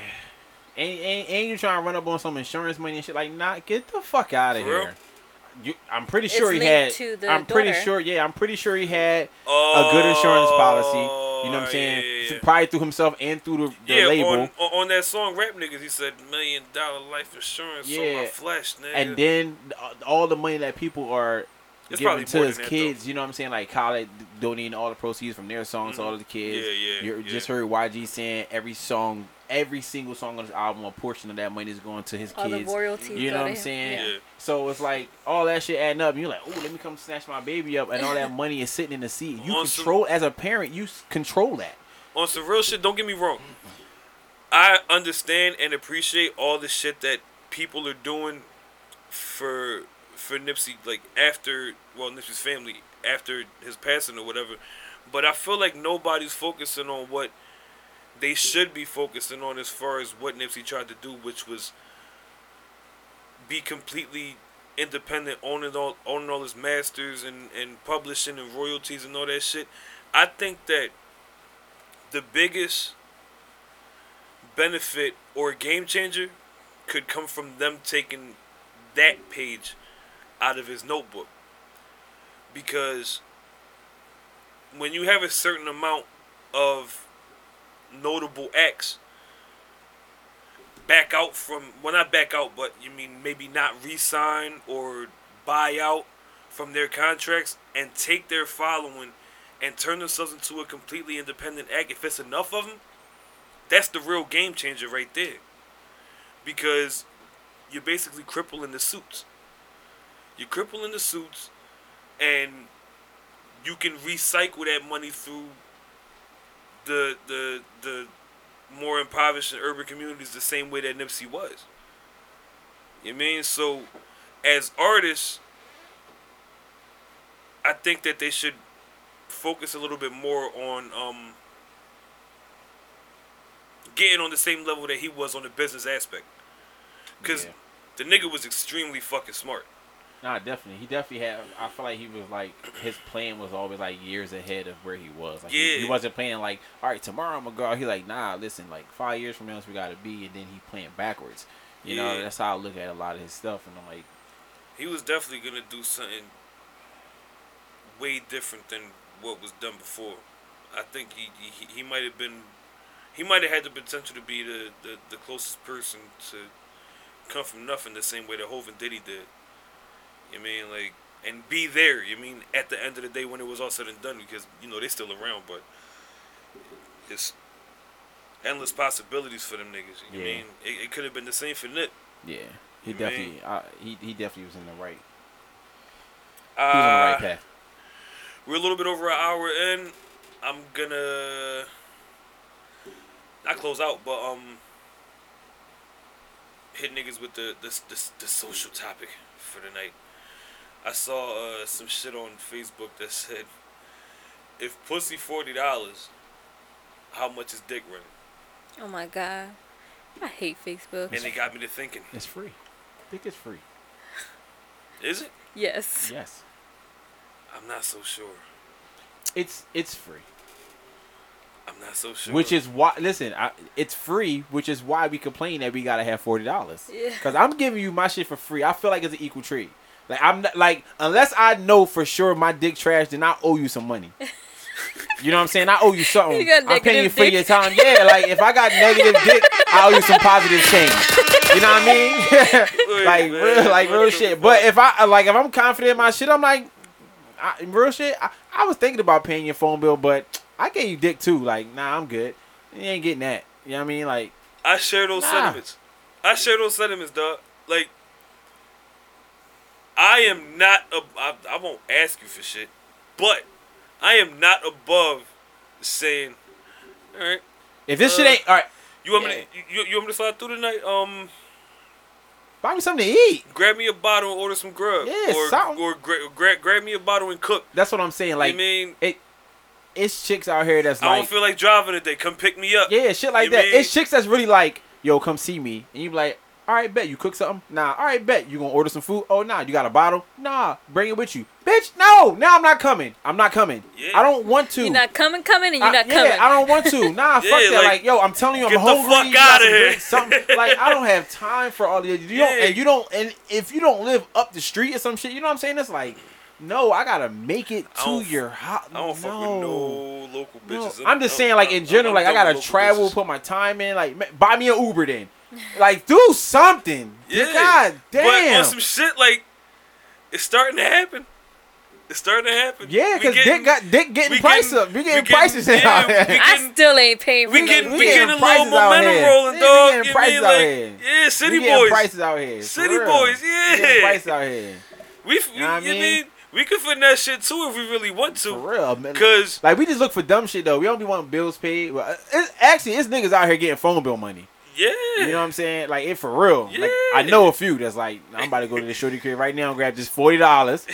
And, and, and you trying to run up on some insurance money and shit like, nah, get the fuck out of
For real?
here. You, I'm pretty
It's
sure he
linked
had.
to the
I'm pretty
daughter.
sure, yeah, I'm pretty sure he had
oh,
a good insurance policy. You know what I'm saying?
Yeah, yeah, yeah.
Probably through himself and through the, the
Yeah,
label.
on, on on that song Rap Niggas, he said million dollar life insurance on
Yeah.
my flesh, nigga.
and then uh, all the money that people are
It's probably
giving to
more
his
than that,
kids, you know what I'm saying? Like college donating all the proceeds from their songs to all of the kids.
Mm-hmm. Yeah, yeah,
You
yeah.
just heard YG saying every song, every single song on his album, a portion of that money is going to his
All the
kids.
royalties.
You
go
know what
to
I'm
him.
saying?
Yeah.
So it's like all that shit adding up. And you're like, oh, let me come snatch my baby up, and all
[laughs]
that money is sitting in the seat. You
On some-
control as a parent. You s- control that.
on some real shit, don't get me wrong. I understand and appreciate all the shit that people are doing for for Nipsey, like after well Nipsey's family after his passing or whatever. But I feel like nobody's focusing on what they should be focusing on as far as what Nipsey tried to do, which was be completely independent, owning all owning all his masters and, and publishing and royalties and all that shit. I think that the biggest benefit or game changer could come from them taking that page out of his notebook. Because when you have a certain amount of notable acts back out from well not back out but you mean maybe not re-sign or buy out from their contracts and take their following and turn themselves into a completely independent act if it's enough of them that's the real game changer right there because you're basically crippling the suits you're crippling the suits and you can recycle that money through the the the more impoverished and urban communities the same way that Nipsey was. You mean so as artists I think that they should focus a little bit more on um getting on the same level that he was on the business aspect. Cuz
Yeah.
the nigga was extremely fucking smart.
Nah, definitely. He definitely had. I feel like he was like his plan was always like years ahead of where he was. Like he, he
Yeah.
wasn't playing like, all right, tomorrow I'm gonna go. out." He like, nah, listen, like five years from now, this we gotta be, and then he playing backwards. You know,
Yeah.
that's how I look at a lot of his stuff, and I'm like,
He was definitely gonna do something way different than what was done before. I think he he, he might have been he might have had the potential to be the, the, the closest person to come from nothing the same way that Hov and Diddy did. You mean like and be there, you mean at the end of the day when it was all said and done because you know they're still around but it's endless possibilities for them niggas. You
Yeah.
mean it, it could have been the same for Nip.
yeah, he
You mean-
definitely, I, he he definitely was in the right, he was on the
Uh,
right path.
We're a little bit over an hour in. I'm gonna not close out, but um, hit niggas with the this this the social topic for the night. I saw uh, some shit on Facebook that said, if pussy forty dollars, how much is dick running?
Oh my god. I hate Facebook.
And it got me to thinking,
It's free. I think it's free.
is it?
Yes.
Yes,
I'm not so sure.
it's it's free.
I'm not so sure.
Which
[laughs]
is why, listen, I, it's free, which is why we complain that we gotta have forty dollars.
Yeah.
Cause I'm giving you my shit for free. I feel like it's an equal trade. Like I'm not like unless I know for sure my dick trash, then I owe you some
[laughs]
money. you know what I'm saying? I owe you something.
You got
I'm paying you
negative
for
dick.
your time. Yeah, like if I got negative dick, I owe you some positive change. You know
[laughs]
what I mean? like
man,
real, like real
what the
shit.
fuck?
But if I like if I'm confident in my shit, I'm like, I, real shit. I, I was thinking about paying your phone bill, but I gave you dick too. Like nah, I'm good. You ain't getting that. You know what I mean? Like
I share those
Nah.
sentiments. I share those sentiments, dog. Like, I am not. ab- I I won't ask you for shit, but I am not above saying, all right.
if this shit
Uh,
ain't all right,
You want me?
Yeah.
To, you, you- you want me to slide through tonight? Um,
buy me something to eat.
grab me a bottle and order some grub.
Yeah,
or
something.
or gra- gra- grab me a bottle and cook.
That's what I'm saying. Like
you mean,
it, it's chicks out here that's
I
like,
don't feel like driving today. Come pick me up.
yeah, shit like
you
that.
mean-
It's chicks that's really like, yo, come see me, and you be like, all right, bet you cook something. Nah, all right, bet you gonna order some food. Oh, nah, you got a bottle. Nah, bring it with you, bitch. No, now I'm not coming. I'm not coming.
Yeah.
I don't want to.
You're not coming, coming, and you're
I,
not
yeah,
coming.
I don't
[laughs]
want to. Nah,
Yeah,
fuck that. Like,
like,
yo, I'm telling you, I'm
get the
hungry.
fuck
You got
outta
some
here.
drinks,
[laughs]
something. like, I don't have time for all of this. You don't,
Yeah.
and you don't, and if you don't live up the street or some shit, you know what I'm saying? It's like, no, I gotta make it to
I don't f-
your house.
I don't fuck with no local
No,
bitches.
I'm just saying, like
I'm-
in general,
I'm
like I
done with
gotta travel,
local bitches.
put my time in. Like, ma- buy me an
[laughs]
Uber then. Like, do something.
Yeah.
God
But
damn.
on some shit like it's starting to happen. It's starting to happen.
yeah,
We
because
getting-
Dick got Dick
we
getting prices up. We getting prices
yeah,
out
we
here.
getting-
I still ain't paying for
we
no
getting, we
we
weed.
getting a
getting
little
prices out
momentum
here.
rolling,
Yeah, we
dog.
getting
You
prices out
mean, like,
here.
yeah, city
we getting
boys.
prices out here. for
City
real.
boys,
We getting
yeah.
prices out here.
We, f-
Know what I
you
mean?
mean we could finesse shit too if we really want to.
For real, man.
'Cause-
like we just look for dumb shit though. We don't be wanting bills paid. Well, uh, it's, actually, it's niggas out here getting phone bill money.
Yeah.
You know what I'm saying? Like it for real. Like I know a few that's like, I'm about to go to the shorty crib right now and grab just forty
[laughs]
dollars.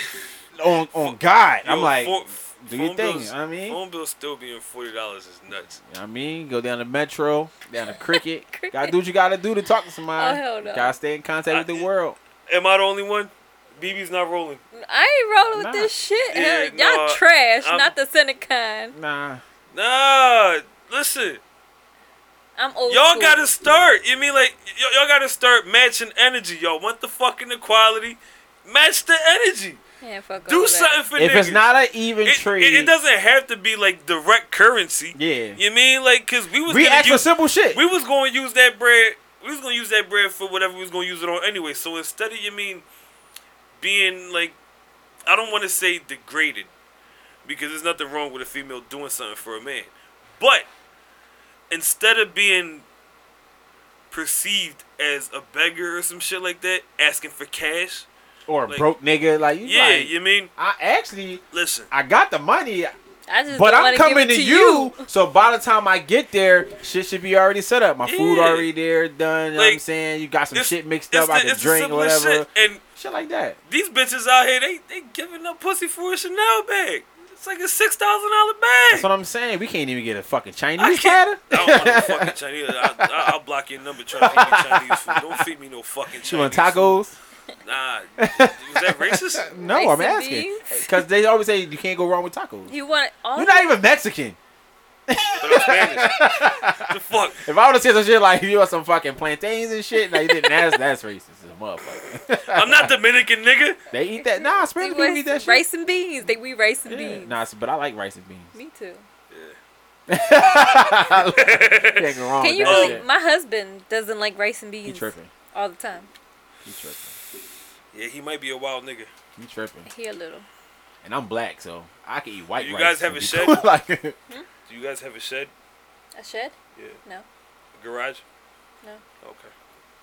On on God, I'm
Yo,
like,
phone-
do your
phone
thing,
bills-
I mean.
phone bill still being forty dollars is nuts.
You know what I mean, go down to Metro, down to Cricket.
[laughs] Cricket.
Gotta do what you gotta do to talk to somebody.
Oh, hell no.
Gotta stay in contact with
I-
the world.
Am I the only one? BB's not rolling.
I ain't rolling
Nah.
with this shit.
Yeah,
Hell, y'all
no,
trash,
I'm-
not the cynic kind.
Nah,
Nah, listen.
I'm old.
Y'all
school.
gotta start. You mean like y- y'all gotta start matching energy. Y'all want the fucking equality? Match the energy.
Yeah, fuck all
Do
that.
something for
if
niggas.
it's not an even
it,
trade,
it, it doesn't have to be like direct currency.
Yeah.
You mean like cause we was
we
gonna
ask for
use,
simple shit.
we was gonna use that bread. We was gonna use that bread for whatever we was gonna use it on anyway. So instead of you mean being like, I don't want to say degraded because there's nothing wrong with a female doing something for a man, but instead of being perceived as a beggar or some shit like that, asking for cash.
or a
like-
broke nigga, like you.
Yeah,
like,
you mean
I actually
listen.
I got the money,
I just
but
don't
I'm
wanna give
coming
it
to, you. So by the time I get there, shit should be already set up. My food
Yeah.
already there, done. you know what I'm
Like,
saying you got some
it's-
shit mixed
it's
up. I
the-
can
it's the
drink or
simplest
whatever.
shit, And
Shit like that.
these bitches out here, they they giving up pussy for a Chanel bag. It's like a six thousand dollar bag.
That's what I'm saying. We can't even get a fucking
I
Chinese platter.
can't. [laughs]
[laughs]
I don't want no fucking Chinese. I, I, I'll block your number trying to feed me Chinese food. Don't feed me no fucking Chinese.
She want
food.
tacos.
Nah, was that racist?
No,
Rice
I'm
and
asking
beans?
because they always say you can't go wrong with tacos.
You want all
You're not even Mexican.
But I'm Spanish. the fuck?
If I would have said some shit like [laughs] you want some fucking plantains and shit, now you didn't ask. That's racist, as a motherfucker. [laughs]
I'm not Dominican, nigga.
They eat that. Nah,
they
Spanish people
want
eat that shit.
rice and beans. They we rice and
Yeah.
beans.
Nah, s- but I like rice and beans.
Me too.
Can't go wrong.
Can
with
you
that
really?
shit.
My husband doesn't like rice and
He
beans
tripping.
all the time.
He tripping.
Yeah, he might be a wild nigga.
He tripping.
He a little.
And I'm black, so I can eat white
You
rice.
guys have
and
a
be
shed?
cool. [laughs] like,
Do you guys have a shed?
A shed?
Yeah.
No.
A garage?
No.
Okay.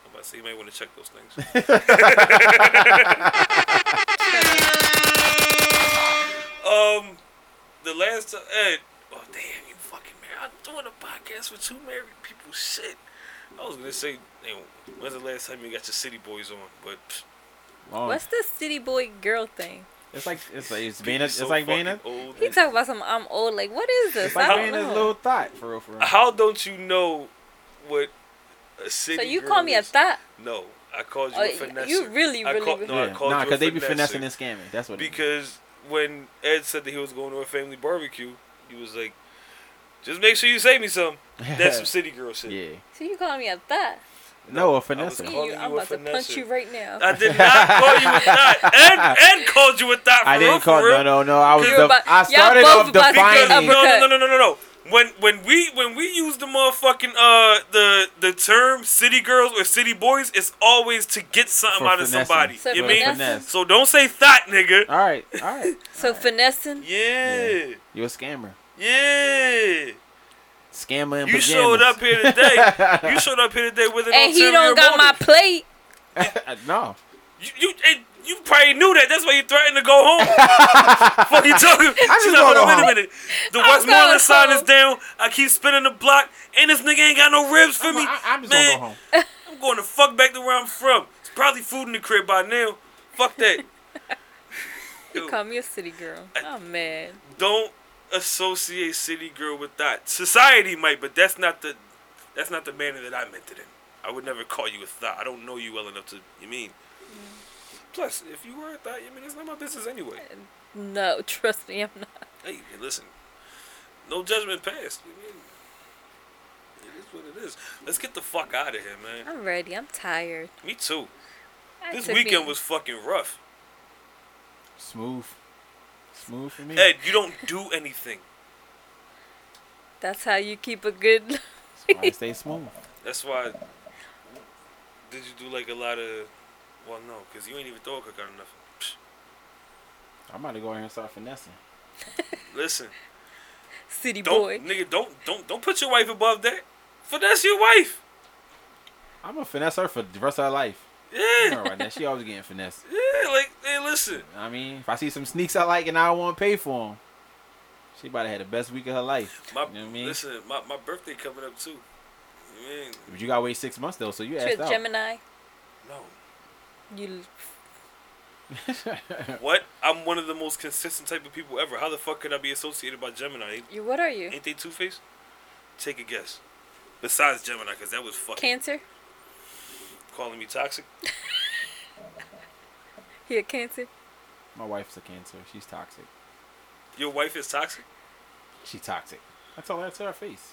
I'm about to say you might want to check those
[laughs]
things. um, the last time, hey, oh damn, you fucking married. I'm doing a podcast with two married people. Shit. I was gonna say, hey, when's the last time you got your city boys on? But pfft,
long.
What's the city boy girl thing?
um, It's like it's like it's being a,
you
it's
so
like being a
fucking old.
He talk about some I'm old. Like what is this?
it's like
I
being
don't
a
know.
little thought for real for real.
How don't you know what a city?
so you
girl
call me a
is?
thought?
No, I called you
Oh,
a
you-
finesse.
you really,
I
really
call-
would-
no, I
Yeah.
called
Nah,
you a
because they be
finesse.
finessing and scamming. That's what. it is.
because when Ed said that he was going to a family barbecue, he was like, "Just make sure you save me some."
[laughs]
That's some city girl shit.
yeah.
So you calling me a thought?
No, a
was
finesse.
I'm
See,
calling
you, I'm
you a
about to punch
finesser.
you right now.
I did not call you with that. Ed, Ed called you with that. For
I
real,
didn't call.
for real.
No, no, no. I was.
You're
Def-
about-
I
y'all
started
both
off
about to get
defining.
uppercut.
No, no, no, no, no, no. When when we when we use the motherfucking uh the the term city girls or city boys, it's always to get something
For
out of
finessing. Uh,
somebody.
So
you
For
mean?
finesse.
So don't say thought, nigga.
All right, all right.
so finessing.
Yeah,
You're a scammer.
yeah.
Scammer in
You
pajamas.
showed up here
[laughs]
today. you showed up here today with an
And he
ulterior
don't got my
motive.
plate.
[laughs] no.
You, you, and you probably knew that. That's why you threatened to go
[laughs]
home. Fuck you talking?
just
She's
wanna
like,
go
wait a
home."
minute. The
I'm going
Westmoreland sign is
home.
down. I keep spinning the block, and this nigga ain't got no ribs for
I'm,
me.
I, I'm just
Man,
gonna go home.
I'm going to fuck back to where I'm from. It's probably food in the crib by now. Fuck
[laughs]
that.
You
Yo,
call me a city girl. Oh, I'm mad.
don't associate city girl with that. Society might, but that's not the that's not the manner that I meant it in. I would never call you a thought. I don't know you well enough to you mean.
Mm.
Plus, if you were a thought, I mean it's not my business anyway.
No, [laughs] trust me, I'm not.
Hey, man, listen. No judgment passed. You mean, it is what it is. Let's get the fuck out of here, man.
I'm ready. I'm tired.
Me too.
I
This
took
weekend
me-
was fucking rough.
Smooth. Smooth for me.
Ed, you don't do anything.
That's how you keep a good. [laughs]
That's why I stay smooth.
That's why. Did you do like a lot of? Well, no, because you ain't even throw a cookout or nothing. Psh,
I'm about to go in here and start finessing.
Listen,
City
don't
boy.
nigga, don't don't don't put your wife above that. Finesse your wife.
I'm gonna finesse her for the rest of her life.
Yeah,
All right, now she always getting finessed.
yeah. Like, hey, listen.
I mean, if I see some sneaks I like and I don't want to pay for them, she about to have the best week of her life. You
My
know what I mean?
listen, my, my birthday coming up too. You mean,
But you gotta wait six months though, so you
Ge-
asked out.
Gemini.
no.
You.
What? I'm one of the most consistent type of people ever. How the fuck could I be associated by Gemini? Ain't,
You. What are you?
ain't they Two Face? Take a guess. Besides Gemini, because that was fucking
Cancer.
calling me toxic.
He a cancer.
[laughs] My wife's a cancer. She's toxic.
Your wife is toxic.
She toxic. I told her to her face.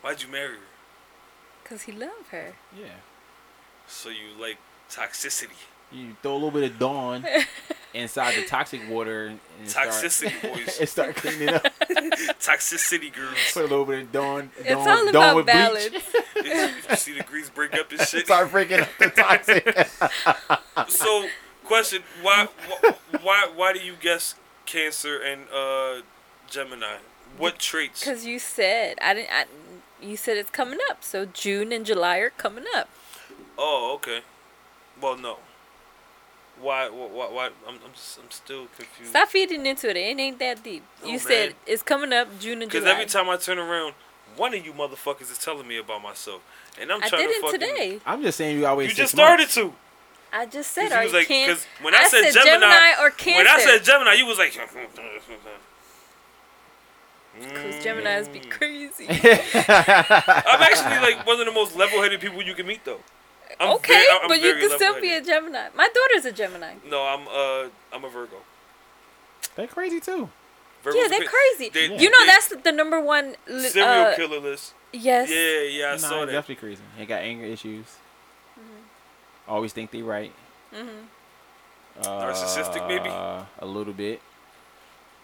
Why'd you marry her?
Cause he loved her.
Yeah.
So you like toxicity. [laughs]
You throw a little bit
[laughs]
of Dawn inside the toxic water and it start-
Toxicity
[laughs]
boys.
and start cleaning up.
Toxicity
[laughs]
girls.
Put a little bit of Dawn.
It's all about balance.
you see the grease break up and
[laughs]
shit.
Start freaking up the
[laughs]
toxic.
So, question: Why, wh- why, why do you guess Cancer and uh, Gemini? What traits?
Cause you said I didn't. I, you said it's coming up. So June and July are coming up.
Oh, okay. Well, no. Why? Why? Why? why I'm, I'm, s- I'm still confused.
Stop feeding into it. It ain't that deep.
Oh,
You
man.
said it's coming up June and
Because
July.
every time I turn around, one of you motherfuckers is telling me about myself, and I'm
I
trying
did
to
it
fucking.
today.
I'm just saying you always.
You just started to.
I just
Because
said are you can
when I, said, Gemini,
or
when
Cancer.
I said Gemini, you was like. [laughs]
Cause Gemini's
Mm.
be crazy.
[laughs] I'm actually like one of the most level-headed people you can meet, though. I'm
okay,
ve- I'm
but you
very
can still be a
level-headed.
Gemini. My daughter's a Gemini.
No, I'm uh I'm a Virgo.
[laughs] They crazy too.
Virgos
Yeah,
are
they're
cra-
crazy.
They-
You know
they-
that's the number one. li-
serial
uh,
killer list.
Yes.
Yeah, yeah, I saw that.
definitely crazy. They got anger issues. Always think they right. Uh,
Mm-hmm. Narcissistic, maybe?
a little bit.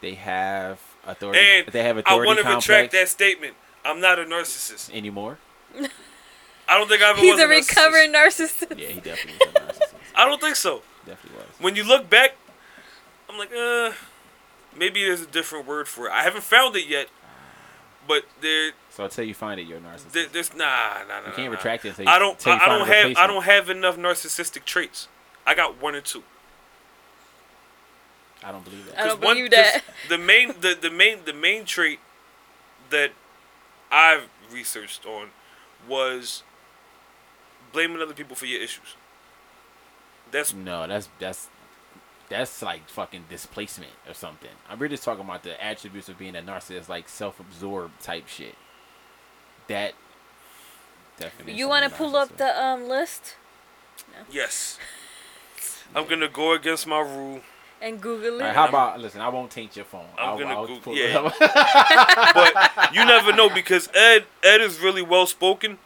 They have authority.
And
they have
I
authority
want to
complex
retract that statement. I'm not a narcissist.
anymore.
I don't think I ever
He's
was
a
narcissist.
recovering narcissist.
[laughs] Yeah, he definitely was a narcissist.
I don't think so.
Definitely was.
When you look back, I'm like, uh, maybe there's a different word for it. I haven't found it yet, but there,
So until you find it, you're a narcissist.
there there's nah, nah, nah.
you can't
nah,
retract it. Until you,
Nah. I don't.
Until
I,
you
I
find a
don't have. I
replacement.
don't have enough narcissistic traits. I got one or two.
I don't believe that.
I don't
'Cause one-
believe that.
'cause The main, the, the main, the main trait that I've researched on was blaming other people for your issues. That's
No, that's that's that's like fucking displacement or something. I'm really just talking about the attributes of being a narcissist, like self-absorbed type shit. That definitely.
You want to pull up the um list
yes. I'm gonna go against my rule,
and Google it.
All right, how about listen? I won't taint your phone.
I'm
I'll,
gonna
I'll
Google-
pull
yeah.
it up.
but you never know because Ed, Ed is really well spoken,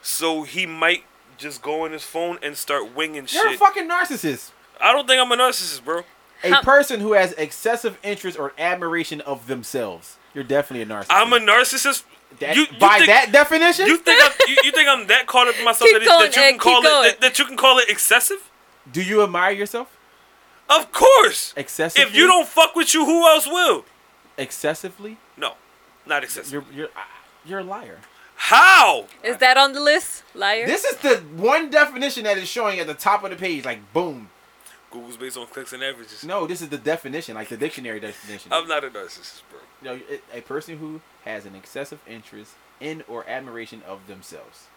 so he might just go on his phone and start winging
You're a
shit.
fucking narcissist.
I don't think I'm a narcissist, bro.
A
How-
person who has excessive interest or admiration of themselves. You're definitely a narcissist.
I'm a narcissist.
That,
you- you
by
think-
that definition,
You think I'm, you, you think I'm that caught up in myself
Keep
that, it-
going,
that you
Ed,
can
keep
call it
going.
that, that you can call it excessive?
do you admire yourself?
Of course.
Excessively.
If you don't fuck with you, who else will?
excessively,
No, not excessive.
you're you're I- you're a liar.
How?
Is that on the list? Liar.
This is the one definition that is showing at the top of the page, like boom.
Google's based on clicks and averages.
No, this is the definition, like the dictionary definition.
I'm not a narcissist, bro.
No, it- a person who has an excessive interest in or admiration of themselves.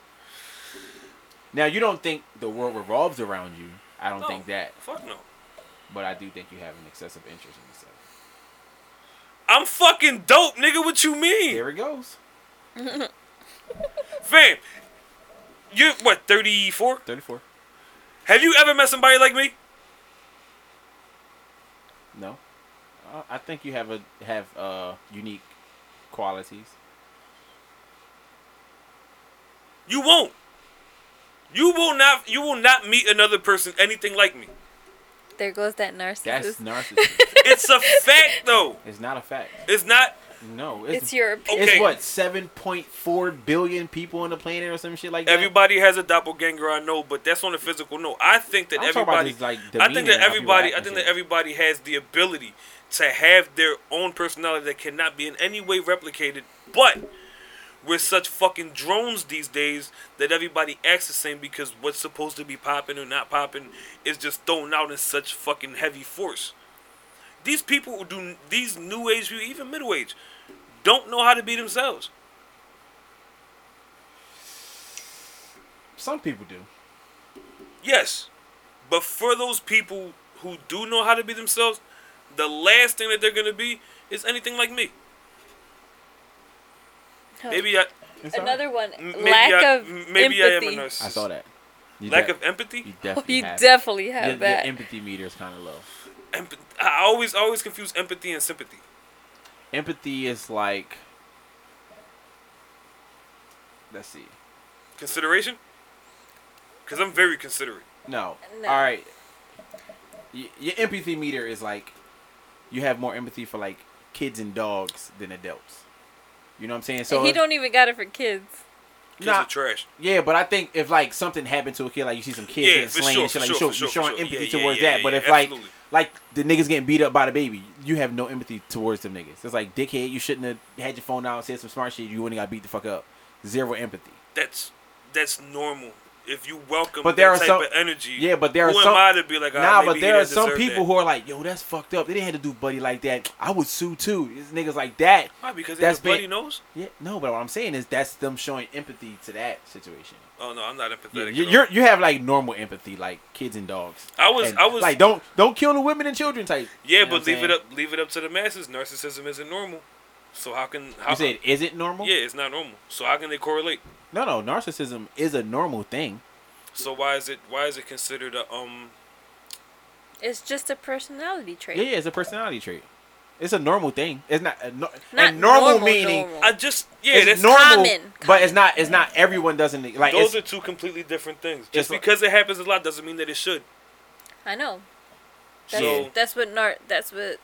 Now, you don't think the world revolves around you. I don't
No.
think that,
Fuck no.
but I do think you have an excessive interest in yourself.
I'm fucking dope, nigga. What you mean,
There it goes.
fam? You're what 34?
34.
Have you ever met somebody like me?
No. Uh, I think you have a have uh unique qualities.
You won't. You will not. You will not meet another person anything like me.
there goes that narcissist.
That's narcissism.
[laughs] It's a fact, though.
it's not a fact.
It's not.
No, it's,
it's your opinion.
Okay.
It's what seven point four billion people on the planet or some shit like that.
Everybody has a doppelganger, I know, but that's on a physical note. I think that
I'm talking about
everybody,
just, like,
I think
demeanor,
that
how people
everybody,
act
I
and
think
shit.
that everybody has the ability to have their own personality that cannot be in any way replicated. But we're such fucking drones these days that everybody acts the same because what's supposed to be popping or not popping is just thrown out in such fucking heavy force. These people who do these new age, people, even middle age, don't know how to be themselves.
Some people do.
Yes. But for those people who do know how to be themselves, the last thing that they're gonna be is anything like me. Maybe I,
It's all right.
Another one.
m- maybe
lack
I,
of
m- maybe
empathy.
I am a narcissist.
I saw that. You
Lack
de-
of empathy.
you definitely
You
have it.
definitely have
your,
that.
your empathy meter is kind of low.
Emp- I always I always confuse empathy and sympathy.
Empathy is like, let's see.
Consideration. Because I'm very considerate.
No.
No.
All right. Y- your empathy meter is like, you have more empathy for like kids and dogs than adults. You know what I'm saying? So
and he
if-
don't even got it for kids.
Kids
Nah.
are trash.
Yeah, but I think if like something happened to a kid, like you see some kids
Yeah,
getting
for
slain
sure,
and shit, like
for
you show,
sure, for
you
sure,
showing
for sure.
empathy
Yeah, yeah,
towards
yeah,
that. but
yeah,
if like
absolutely.
like the niggas getting beat up by the baby, you have no empathy towards them niggas. It's like dickhead, you shouldn't have had your phone out and said some smart shit. You wouldn't got beat the fuck up. Zero empathy.
That's that's normal. If you welcome
But there are
that type
some-
of energy,
Yeah, but there are
who
some-
am I to be like? "Ah,
nah,
maybe
but
he
there are
didn't
some
deserve
people
that."
who are like, yo, that's fucked up. They didn't have to do buddy like that. I would sue too. These niggas like that.
Why? Because
That's
that's bloody
been-
nose.
Yeah, no, but what I'm saying is that's them showing empathy to that situation.
Oh no, I'm not
You-
empathetic.
you-
at all.
You're you have like normal empathy, like kids and dogs.
I was-
And,
I was-
like don't don't kill the women and children type.
Yeah,
You know what
but
I'm
leave it
saying?
up. Leave it up to the masses. Narcissism isn't normal. So how can how
You said is it normal?
yeah, it's not normal. So how can they correlate?
No, no. Narcissism is a normal thing.
So why is it why is it considered a um?
It's just a personality trait.
Yeah, yeah, it's a personality trait. It's a normal thing. It's not a no,
Not
and normal,
normal,
meaning
normal.
I just yeah,
it's
that's
normal,
Common,
but
common.
it's not. It's not everyone doesn't like.
those
it's-
are two completely different things.
It's
Just
like-
because it happens a lot doesn't mean that it should.
I know. That's,
So
that's what nar- That's what.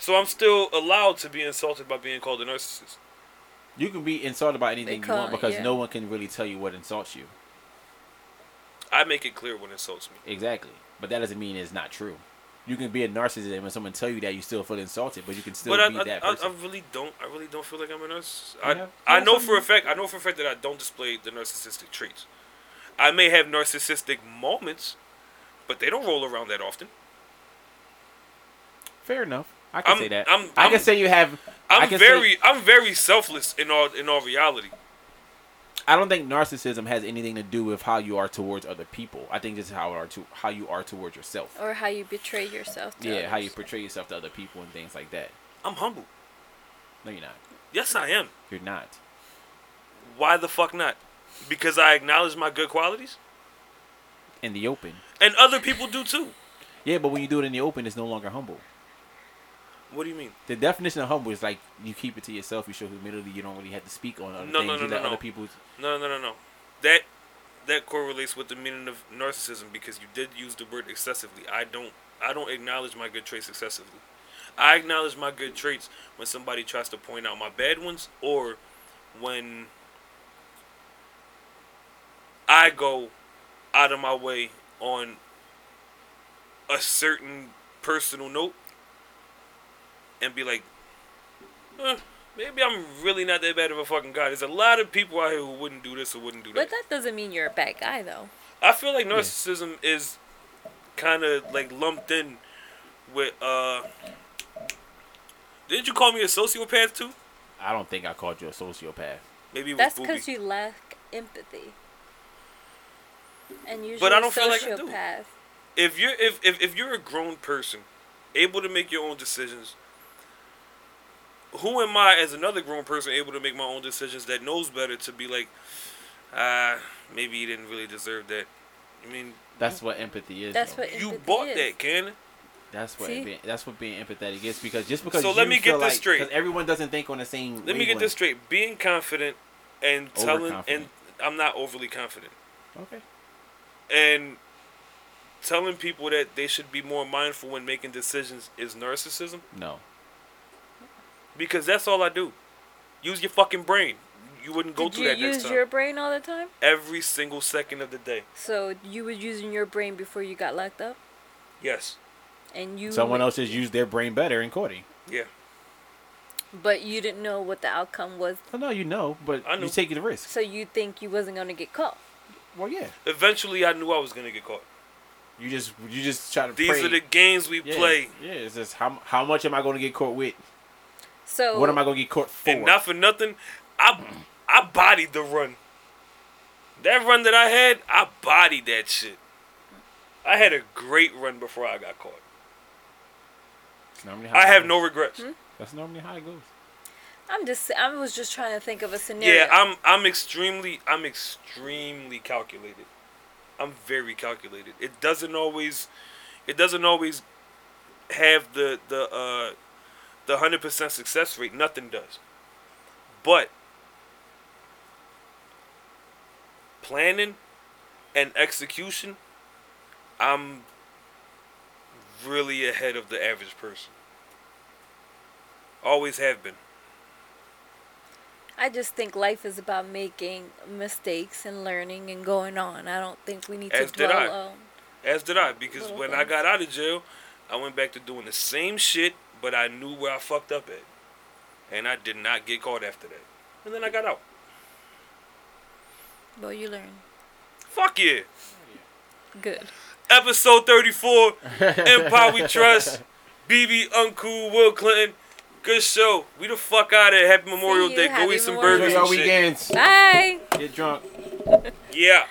so I'm still allowed to be insulted by being called a narcissist.
You can be insulted by anything you
can't,
want because
yeah.
no one can really tell you what insults you.
I make it clear when it insults me.
Exactly. But that doesn't mean it's not true. You can be a narcissist and when someone tell you that you still feel insulted, but you can still
but I,
be
I,
that
I,
person.
I really don't. I really don't feel like I'm a narcissist.
You
I,
know?
I
Yeah,
know
some-
for a fact. I know for a fact that I don't display the narcissistic traits. I may have narcissistic moments, but they don't roll around that often.
Fair enough. I can
I'm-
say that.
I'm-
I
I'm-
can say you have. I
I'm
can
very.
Say,
I'm very selfless in all in all reality.
I don't think narcissism has anything to do with how you are towards other people. I think this is how are to how you are towards yourself.
Or how you betray yourself. To
yeah, how you
others.
portray yourself to other people and things like that.
I'm humble.
No, you're not.
Yes, I am.
You're not.
Why the fuck not? Because I acknowledge my good qualities,
In the open.
and other people do too.
Yeah, but when you do it in the open, it's no longer humble.
What do you mean?
The definition of humble is like you keep it to yourself, you show humility, you don't really have to speak on other
No, no,
things,
no,
you
no,
let
no.
other people.
No, no, no, no. That that correlates with the meaning of narcissism because you did use the word excessively. I don't I don't acknowledge my good traits excessively. I acknowledge my good traits when somebody tries to point out my bad ones or when I go out of my way on a certain personal note and be like, eh, maybe I'm really not that bad of a fucking guy. There's a lot of people out here who wouldn't do this or wouldn't do that.
But that doesn't mean you're a bad guy, though.
I feel like narcissism is kind of like lumped in with. uh Did you call me a sociopath too?
I don't think I called you a sociopath.
Maybe it was
That's
booby.
because you lack empathy. And usually,
I don't
sociopath.
feel like I do. if you're if, if if you're a grown person, able to make your own decisions. Who am I as another grown person able to make my own decisions that knows better to be like, ah, maybe you didn't really deserve that. I mean,
That's what empathy is.
That's
though.
what
you
empathy
bought
is.
that, Cannon.
That's what
See?
being, that's what being empathetic is because just because
So
you
let me get
feel
this
like-
straight.
'cause everyone doesn't think on the same.
Let me get this straight. Being confident and telling and
Overconfident.
I'm not overly confident.
Okay.
And telling people that they should be more mindful when making decisions is narcissism
No,
because that's all I do. Use your fucking brain. You wouldn't go
Did
through
you
that next
use
time.
your brain all the time?
Every single second of the day.
So you were using your brain before you got locked up,
Yes.
and you
someone else has used their brain better in courting.
Yeah.
but you didn't know what the outcome was,
Oh no, you know, but
I know.
you take the risk.
so you think you wasn't gonna get caught.
Well, yeah,
Eventually, I knew I was gonna get caught.
you just you just try to.
These
pray.
are the games we
yeah.
play,
Yeah, it's just how how much am I going to get caught with?
So
What am I going to get caught for?
and not for nothing, I I bodied the run. That run that I had, I bodied that shit. I had a great run before I got caught.
That's normally how
I
it
have
goes.
no regrets.
That's normally how it goes.
I'm just. I was just trying to think of a scenario.
Yeah, I'm I'm extremely I'm extremely calculated. I'm very calculated. It doesn't always it doesn't always have the the uh the 100% success rate. Nothing does. But planning and execution I'm really ahead of the average person. Always have been.
I just think life is about making mistakes and learning and going on. I don't think we need
As
to
did
dwell
I.
on.
As did I, because
Little
when I
things.
got out of jail, I went back to doing the same shit, but I knew where I fucked up at. And I did not get caught after that. And then I got out.
Well, you learn.
Fuck yeah.
Good.
Episode 34, Empire We Trust, BB Uncool, Will Clinton. Good show. We the fuck out of here. Happy Memorial
you.
Day. Go
Happy
eat some
Memorial
burgers
Enjoy
and
your
shit.
weekends.
Bye.
Get drunk.
Yeah.